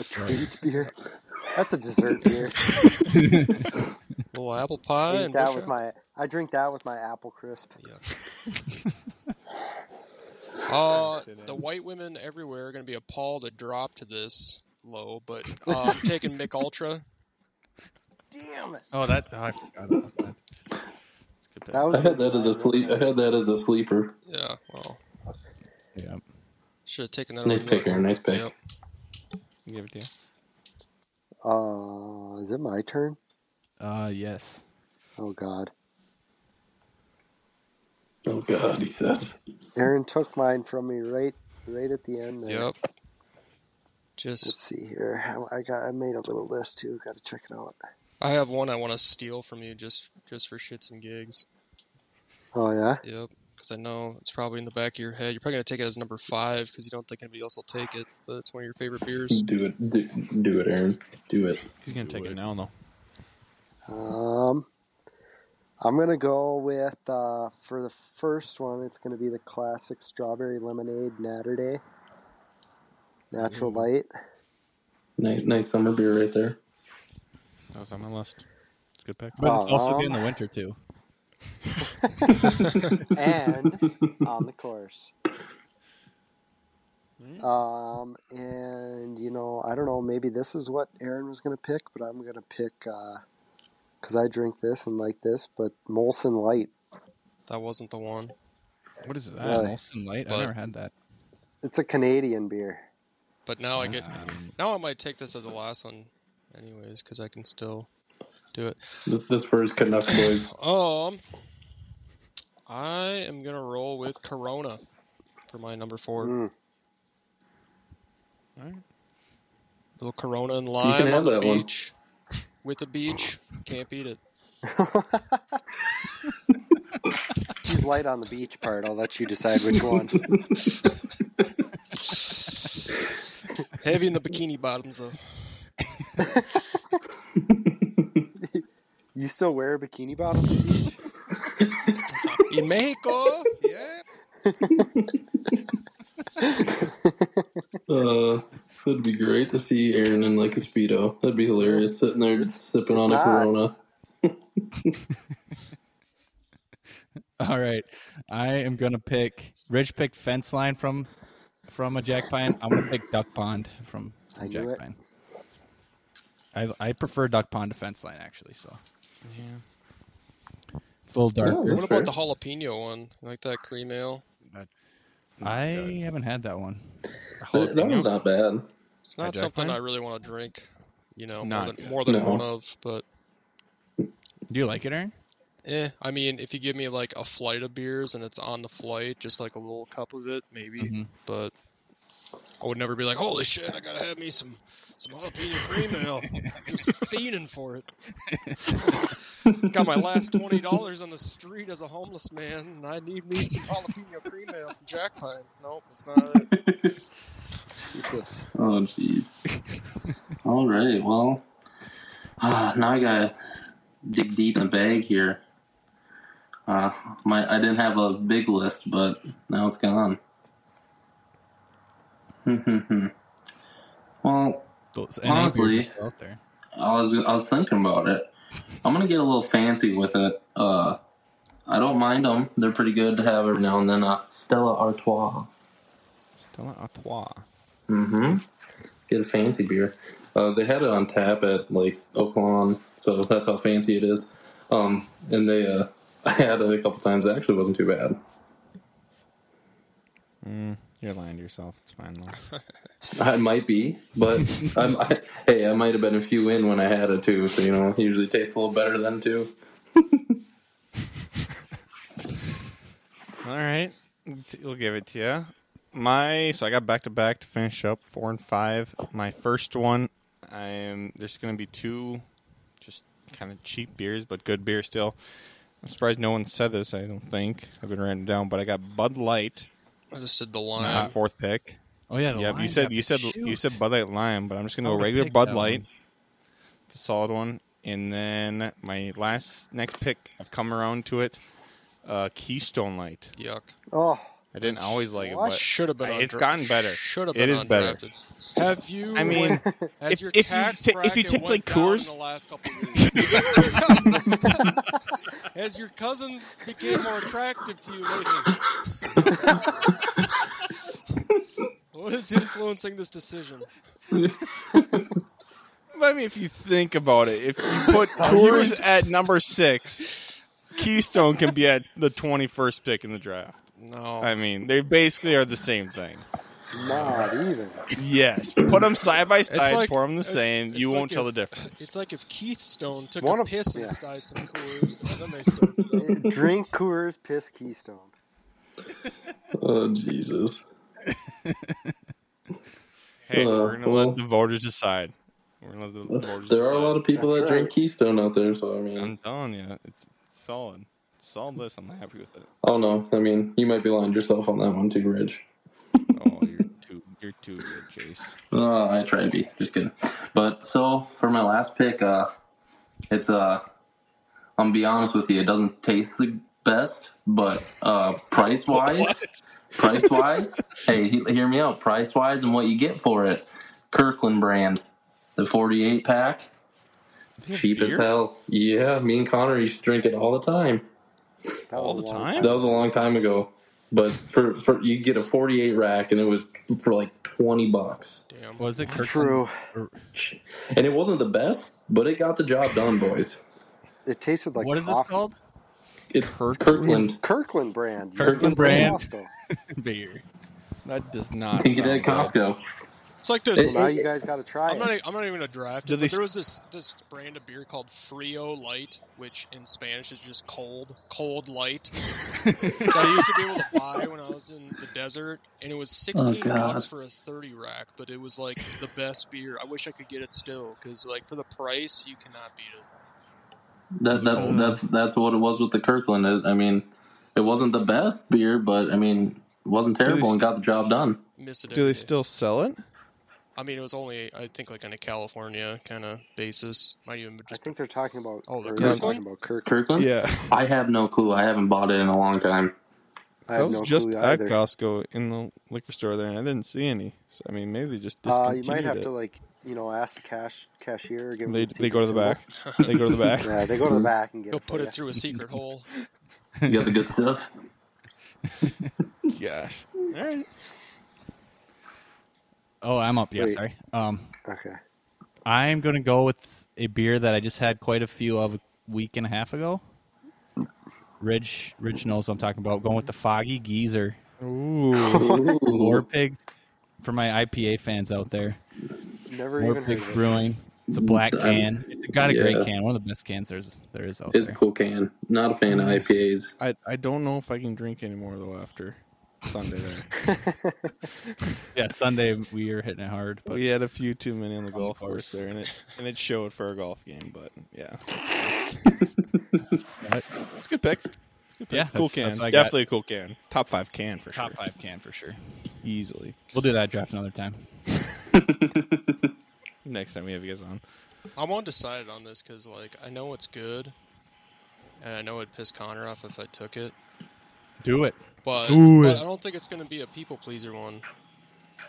A treat beer. That's a dessert beer. little apple pie Drink and that bush with apple. my, I drink that with my apple crisp. Uh, the white women everywhere are going to be appalled to drop to this low, but uh, I'm taking Mick Ultra. Damn it! Oh, that oh, I forgot about that. That was I had that as a sleep. I had that as a sleeper. Yeah, well, Yeah. should have taken that. Nice over pick, Aaron. Nice pick. Yep. Give it to you. Uh, is it my turn? Uh, yes. Oh God, Oh God, he says. Aaron took mine from me right, right at the end. There. Yep. Just Let's see here. I I got. I made a little list too. Got to check it out. I have one I want to steal from you just just for shits and gigs. Oh yeah. Yep. Because I know it's probably in the back of your head. You're probably gonna take it as number five because you don't think anybody else will take it. But it's one of your favorite beers. Do it. Do, do it, Aaron. Do it. He's gonna take it now, though. Um, I'm gonna go with uh, for the first one. It's gonna be the classic strawberry lemonade Natterday, natural Mm. light. Nice, nice summer beer right there. That was on my list. It's a good pick. But it's also Um, good in the winter too. and on the course. Hmm. Um, and you know, I don't know. Maybe this is what Aaron was gonna pick, but I'm gonna pick because I drink this and like this. But Molson Light, Hmm. That wasn't the one. What is that? Really? Molson Light. But- I've never had that. it's a Canadian beer. But now I get now I might take this as the last one, anyways, because I can still do it. This, this for his Canuck boys. Um, I am gonna roll with Corona for my number four. Hmm. Mm. Alright. Little Corona and lime have on the that one. beach. With the beach, can't beat it. She's light on the beach part. I'll let you decide which one. Heavy in the bikini bottoms though. You still wear a bikini bottom on the beach? In Mexico, yeah. Uh, it'd be great to see Aaron in like a speedo. That'd be hilarious sitting there just sipping on a it's not. Corona. All right, I am gonna pick. Rich picked fence line from from a Jack Pine. I'm gonna pick Duck Pond from, from I knew Jack it. Pine. I I prefer Duck Pond to fence line actually. So Yeah. it's a little darker. Yeah, What about the jalapeno one? You like that cream ale? I haven't had that one. That, that one's not bad. It's not Jack something Pine? I really want to drink. You know, more not than, good. more than No. one of, but Do you like it, Aaron? Eh, I mean, if you give me like a flight of beers and it's on the flight, just like a little cup of it, maybe. But I would never be like, "Holy shit, I gotta have me some some jalapeno cream ale." just fiending for it. Got my last twenty dollars on the street as a homeless man, and I need me some jalapeno cream ale from Jack Pine. Nope, it's not. It. Jesus. Oh, jeez. All right. Well, ah, now I gotta dig deep in the bag here. Uh, my I didn't have a big list, but now it's gone. Hmm, hmm, hmm. well, Those NA beers are Honestly. still out there. I was I was thinking about it. I'm gonna get a little fancy with it. Uh, I don't mind them; they're pretty good to have every now and then. Uh, Stella Artois. Stella Artois. Mm-hmm. Get a fancy beer. Uh, they had it on tap at like Oaklawn, so that's how fancy it is. Um, and they, uh, I had it a couple times. It actually wasn't too bad. You're lying to yourself. It's fine though. I might be, but I'm, I, hey, I might have been a few in when I had it too. So you know, it usually tastes a little better than two. All right, T- we'll give it to you. My so I got back to back to finish up four and five. My first one, I am there's going to be two, just kind of cheap beers, but good beer still. I'm surprised no one said this. I don't think I've been writing it down, but I got Bud Light, I just did the my lime. fourth pick. Oh yeah, the Yeah, you lime said app. you said you Shoot. Oh, said Bud Light Lime, but I'm just gonna I go would've regular picked Bud that Light. one. It's a solid one. And then my last next pick, I've come around to it. Uh, Keystone Light. Yuck. Oh, I didn't always like it, What? but Should have been. I- it's undra- gotten better. Should have It been is better. undrafted. Have you? I mean, has if- your if you tax ta- if you bracket take, went like, down in Coors- the last couple years? Has your cousins became more attractive to you lately? what is influencing this decision? I mean, if you think about it, if you put Coors at number six, Keystone can be at the 21st pick in the draft. No, I mean, they basically are the same thing. not even. Yes, put them side by It's side, like- pour them the it's- same. it's you like won't tell the if- difference. It's like if Keith Stone took One a of- piss and yeah. inside some Coors, and then they served it up. Drink Coors, piss Keystone. Oh Jesus! Hey, Uh, we're gonna well- let the voters decide. We're gonna let the voters There decide. are a lot of people That's that drink right. Keystone out there, so I mean, I'm telling you, it's, it's solid. It's solid list. I'm happy with it. I don't know. I mean, you might be lying to yourself on that one too, Rich. Oh, you're too, you're too good, Chase. Uh, I try to be. Just kidding. But so for my last pick, uh, it's uh, I'm gonna be honest with you, it doesn't taste the best, but uh, price wise, price wise, hey, he- hear me out. Price wise and what you get for it, Kirkland brand, the 48 pack, cheap as hell. Yeah, me and Connor used to drink it all the time. That All was the a long time? That was a long time ago, but for, for you get a 48 rack and it was for like 20 bucks, Damn. Was it It's Kirkland? true. and it wasn't the best, but it got the job done, boys. It tasted like what is this coffee. called? It's Kirkland? It's Kirkland Kirkland. brand. You Kirkland can get brand. off, though. Beer. That does not. You can get sound it at Costco. It's like So this. now you guys got to try I'm not. it. e- I'm not even a draft. Do But they there was this this brand of beer called Frio Light, which in Spanish is just cold, cold light. that I used to be able to buy when I was in the desert, and it was 16 God. bucks for a 30 rack. But it was like the best beer. I wish I could get it still, because like for the price, you cannot beat it. That, that's that's that's what it was with the Kirkland. It, I mean, it wasn't the best beer, but I mean, it wasn't terrible and got the job done. Miss it. Do every they day. still sell it? I mean, it was only I think like on a California kind of basis. Might even I just think they're talking about. Oh, the or they're Kirkland? talking about Kirkland. Kirkland. Yeah. I have no clue. I haven't bought it in a long time. I I have was no just clue at either. Costco in the liquor store there, and I didn't see any. So, I mean, maybe they just Uh, discontinued you might have it. to like you know ask the cash cashier. Or give them they the they go to the back. secret they go to the back. symbol. Yeah, they go to the back and get go it. for put ya. it through a secret hole. You got the good stuff. Gosh. All right. Oh, I'm up. Yeah, Wait. sorry. Um, Okay. I'm gonna go with a beer that I just had quite a few of a week and a half ago. Ridge, Ridge knows what I'm talking about. Going with the Foggy Geezer, Ooh. War Ooh. Pigs, for my IPA fans out there. Never War even heard Pigs of it. Brewing. It's a black Mm, I'm- can. It's got a yeah. great can. One of the best cans there's there is out It's a there. cool can. Not a fan of IPAs. I I don't know if I can drink anymore though after Sunday there. Yeah, Sunday we are hitting it hard, but we had a few too many on the golf course. course there, and it and it showed for a golf game. But yeah, it's a good pick. It's a good pick. Yeah, cool that's- can. that's what I got. Definitely a cool can. Top five can for top sure. five can for sure. easily. We'll do that draft another time. Next time we have you guys on. I'm undecided on this because, like, I know it's good, and I know it'd piss Connor off if I took it, Do it. but, but I don't think it's going to be a people pleaser one.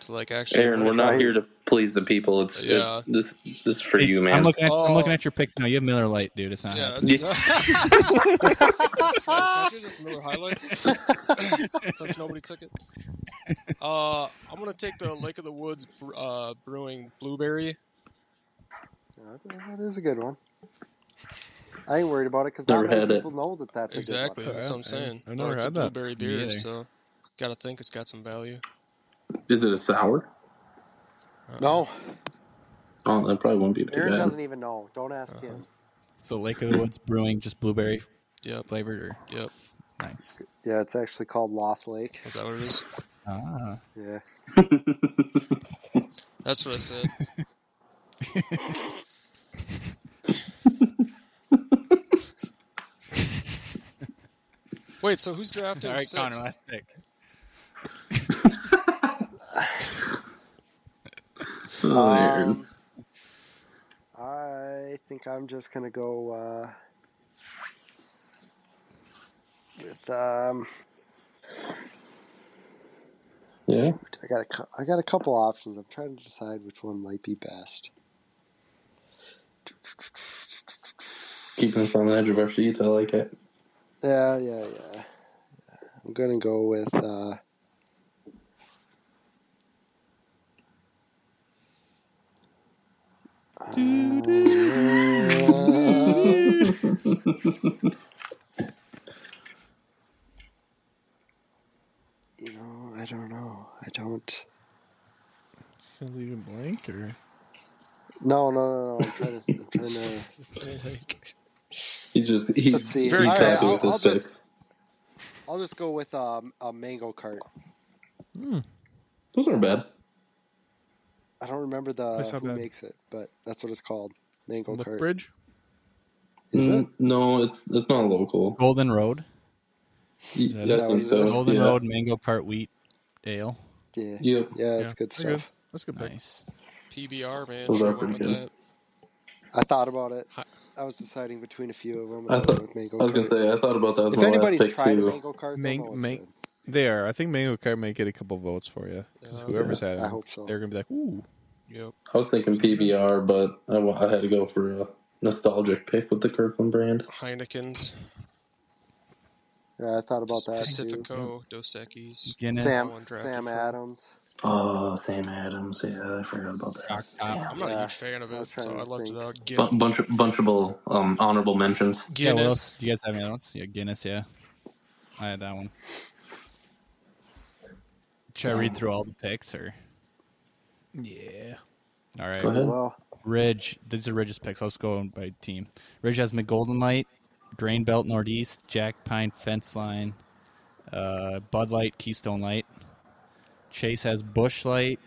To like actually, Aaron, we're not here to please the people. It's, Yeah. it's this this is for you, man. I'm looking at I'm Oh. looking at your picks now. You have Miller Lite, dude. It's not. Yeah, happening. that's, Yeah. that's true. Can I choose this Miller High Life? Since nobody took it, uh, I'm gonna take the Lake of the Woods br- uh, Brewing Blueberry. Yeah, that's- that is a good one. I ain't worried about it because Never not many had it. people know that that's a Exactly, good one. that's what I'm Yeah, I- saying. I've never it's a had that. blueberry Me beer, either. so gotta think it's got some value. Is it a sour? No, Oh, that probably won't be too Aaron bad. doesn't even know. Don't ask Uh-huh. him. So Lake of the Woods Brewing, just blueberry Yep, flavored or yep. nice. Yeah, it's actually called Lost Lake. Is that what it is? Ah, Yeah. That's what I said. Wait, so who's drafting? all right, sixth? Connor, last pick. Oh, Aaron. Um, I think I'm just gonna go uh, with um. yeah. I got a cou- I got a couple options. I'm trying to decide which one might be best. Keeping us on the edge of our seats. I like it. Yeah, yeah, yeah. I'm gonna go with. Uh, uh, you know, I don't know. I don't. Should I leave it blank or No, no, no, no. I'm trying to. I'm trying to He just he, Let's see. he Very All right, comes I'll, with close. I'll his just. stick. I'll just go with um, a mango cart. Those aren't bad. I don't remember the That's not who bad. makes it, but that's what it's called. Mango Lick cart. Bridge? Is Mm, it? No, it's it's not local. Golden Road, Y- that I what think it so. is? Golden yeah. Road Mango Cart Wheat Ale. Yeah. Yeah, Yep. it's good Pretty stuff. That's a good pick. Nice. PBR, man. Those Should are have went pretty with good. that. I thought about it. Hi- I was deciding between a few of them. I thought- with mango I was gonna curd. say I thought about that. As if anybody's last pick tried a too. mango cart, they'll Mang- know it's mang- good. They are. I think Mango Card might get a couple votes for you. 'Cause Yeah. whoever's had it, I hope so. they're gonna be like, "Ooh, Yep. I was thinking PBR, but I, wa- I had to go for a nostalgic pick with the Kirkland brand. Heineken's, Yeah, I thought about that Pacifico, Dos too. Equis. Guinness, Sam, Someone drafted Sam for- Adams. Oh, Sam Adams. Yeah, I forgot about that. Rock Top. I'm not a Yeah. huge fan of I it, was so trying I to left it Uh, think. out. Bu- Gin- bunch bunchable um, honorable mentions. Yeah, what Guinness. else? Do you guys have any other ones? Yeah, Guinness, yeah. I had that one. Should I read through all the picks or? yeah." All right. Go ahead. Well, Ridge. These are Ridge's picks. Let's go by team. Ridge has McGolden Light, Grain Belt Northeast, Jack Pine Fence Line, uh, Bud Light, Keystone Light. Chase has Bush Light,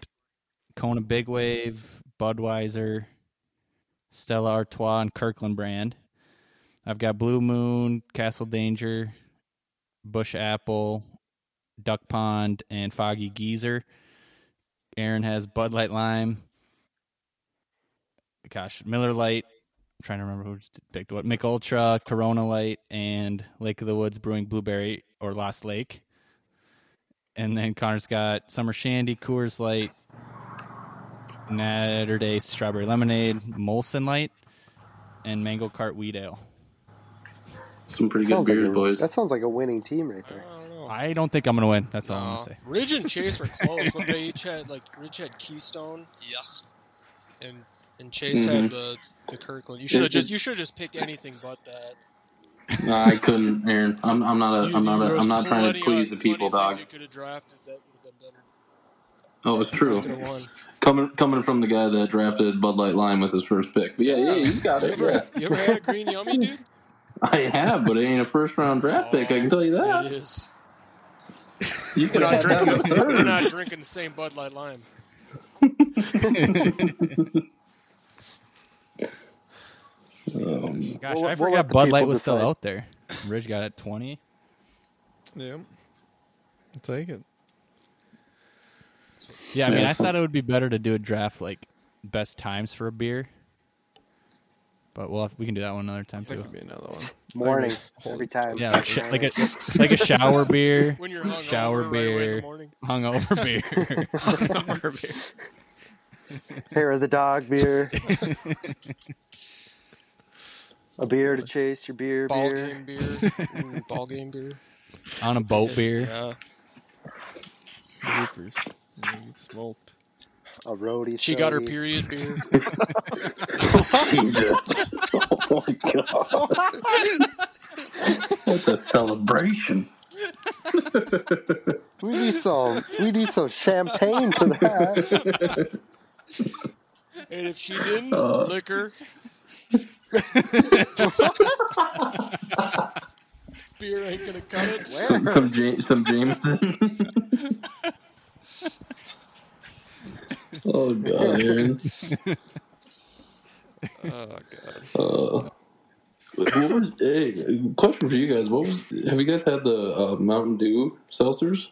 Kona Big Wave, Budweiser, Stella Artois, and Kirkland brand. I've got Blue Moon, Castle Danger, Bush Apple, Duck Pond, and Foggy Geezer. Aaron has Bud Light Lime, gosh, Miller Light. I'm trying to remember who just picked what. Mick Ultra, Corona Light, and Lake of the Woods Brewing Blueberry or Lost Lake. And then Connor's got Summer Shandy, Coors Light, Natterday Strawberry Lemonade, Molson Light, and Mango Cart Wheat Ale. Some pretty good sounds like beers, a, boys. that sounds like a winning team right I there. don't know. I don't think I'm going to win. That's all I'm Uh, going to say. Ridge and Chase were close, but they each had like Ridge had Keystone, yuck, and and Chase had the the Kirkland. You should have Mm-hmm. it- just you should have just picked anything but that. No, I couldn't, Aaron. I'm, I'm not a. You, Uh, I'm not a. there was I'm not trying plenty to of- please the people, plenty of dog. things You could have drafted that would have been better. Oh, it's You true. could have won. Coming coming from the guy that drafted Bud Light Lime with his first pick. But yeah, yeah, you got You it. ever, Yeah. you ever had a green yummy, dude? I have, but it ain't a first round draft pick. I can tell you It that. is. You We're could not have had drinking. that in The, the we're third. not drinking the same Bud Light Lime. Um, Gosh, I We'll- we'll let forgot the Bud Light people was still decide. out there. Ridge got it 20. Yeah. I'll take it. Yeah, I mean, Yeah. I thought it would be better to do a draft like best times for a beer. But we'll have, we can do that one another time That too. could be another one. Morning Hold- every time. Yeah, like, a- like a like a shower beer, When you're hungover, shower right away in beer, the morning. hungover beer, hungover beer. pair of the dog beer. a beer to chase your beer Ball beer. game beer. Mm, ball game beer. on a boat beer. Yeah. Roofers. Yeah, you get smoked. A roadie. She got her soda. period beer. Jesus. Oh my god. That's a celebration. We need some. We need some champagne for that. And if she didn't, Uh. liquor. Beer ain't gonna cut it. Some some, James, some Jameson. oh god, Aaron. Oh god. Uh, what was, hey, question for you guys: What was? Have you guys had the uh, Mountain Dew seltzers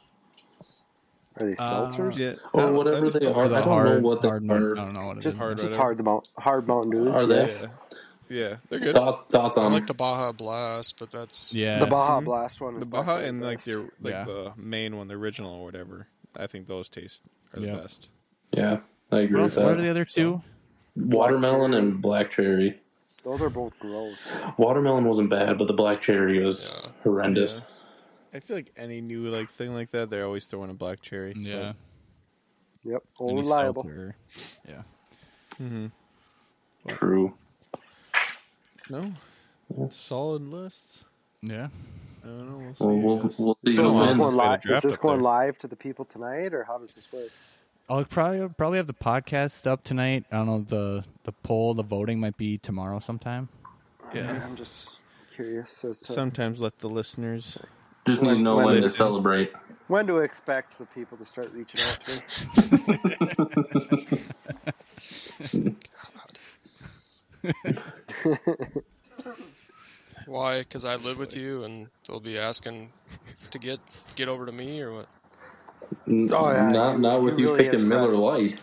Are they seltzers? Uh, Yeah. I or don't- whatever I just they don't- are? I the don't know hard- what they hard Mount- I are. don't know what it Just is. hard, just right? hard mount hard Mountain Dews. Are they? yes. Yeah. Yeah, they're good. Thought, thoughts I um, on? like the Baja Blast, but that's Yeah, The Baja Mhm. Blast one. The was by Baja far the and like best. your like Yeah. the main one, the original or whatever. I think those taste are Yeah. the best. yeah, I agree What, with else, what are the that. other two? Watermelon and black cherry. Those are both gross. Watermelon wasn't bad, but the black cherry was Yeah. horrendous. Yeah. I feel like any new like thing like that, they're always throwing a black cherry. Yeah, Yep, any old reliable. seltzer. Yeah, Mm-hmm. True. No. Solid lists. yeah. I don't know. We'll see. I Well, we'll, guess. we'll see So who is know, this wins. one- going it's way to live? Is draft this up going there. live to the people tonight, or how does this work? I'll probably probably have the podcast up tonight. I don't know the the poll, the voting might be tomorrow sometime. Yeah. I'm just curious as to Sometimes let the listeners. Just need to know When- when to listen. celebrate. when to expect the people to start reaching out to me. why? Because I live with you, and they'll be asking to get get over to me or what? N- Oh, yeah, not you- not with you you, really picking Miller impressed. Light.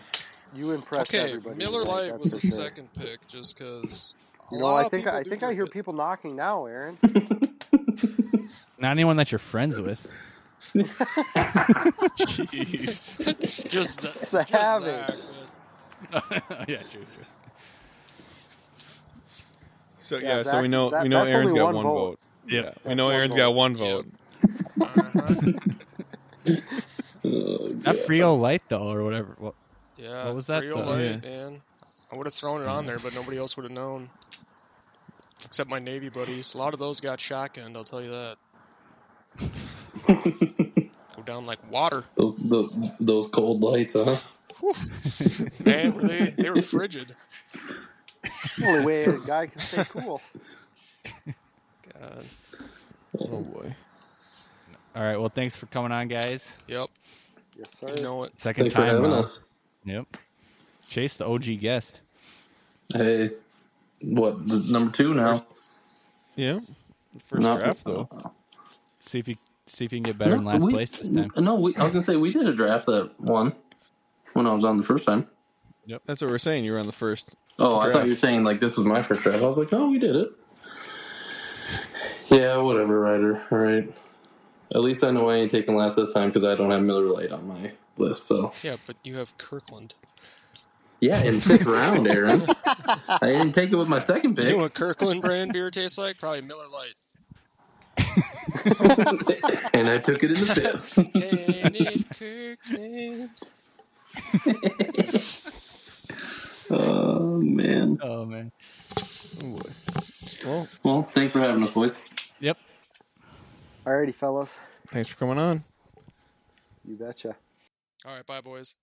You impressed okay, everybody. Miller tonight, Lite that's was for the sure. second pick just because You A know, lot I of think people I do think I drink hear it. people knocking now, Aaron. Not anyone that you're friends with. Jeez. just Za- just Savage. Zach, man. yeah, true, true. So yeah, Yeah, so we Zach's- know that- we know that's Aaron's only got one one vote. vote. Yeah, we That's know one Aaron's vote. got one vote. Not Frio Light though, or whatever. Well, Yeah. What was that, Trio though? Light, man. I would have thrown it on there, but nobody else would have known. Except my Navy buddies. A lot of those got shotgunned, I'll tell you that. Go down like water. Those the, those cold lights, huh? Whew. Man, were they, they were frigid. The only way a guy can stay cool. God. Oh boy. all right. Well, thanks for coming on, guys. Yep. Yes, sir. You know it. Second Thanks for time. having now. us. Yep. Chase the OG guest. Hey, what th- number two now? Yeah. First Not- uh, draft though. See if you see if you can get better in No, last we- place this time. No, we, I was gonna say we did a draft that one when I was on the first time. That's what we're saying. You were on the first. Oh, I Draft. thought you were saying like this was my first draft. I was like, oh, we did it. Yeah, whatever, Ryder. All right. At least I know I ain't taking last this time because I don't have Miller Lite on my list. So Yeah, but you have Kirkland. yeah, in fifth round, Aaron. I didn't take it with my second You know pick, what Kirkland brand beer tastes like? Probably Miller Lite. and I took it in the fifth. Can it Kirkland? Oh man. Oh man. Well, thanks for having us, boys. Yep. Alrighty, fellas. Thanks for coming on. You betcha. All right, bye, boys.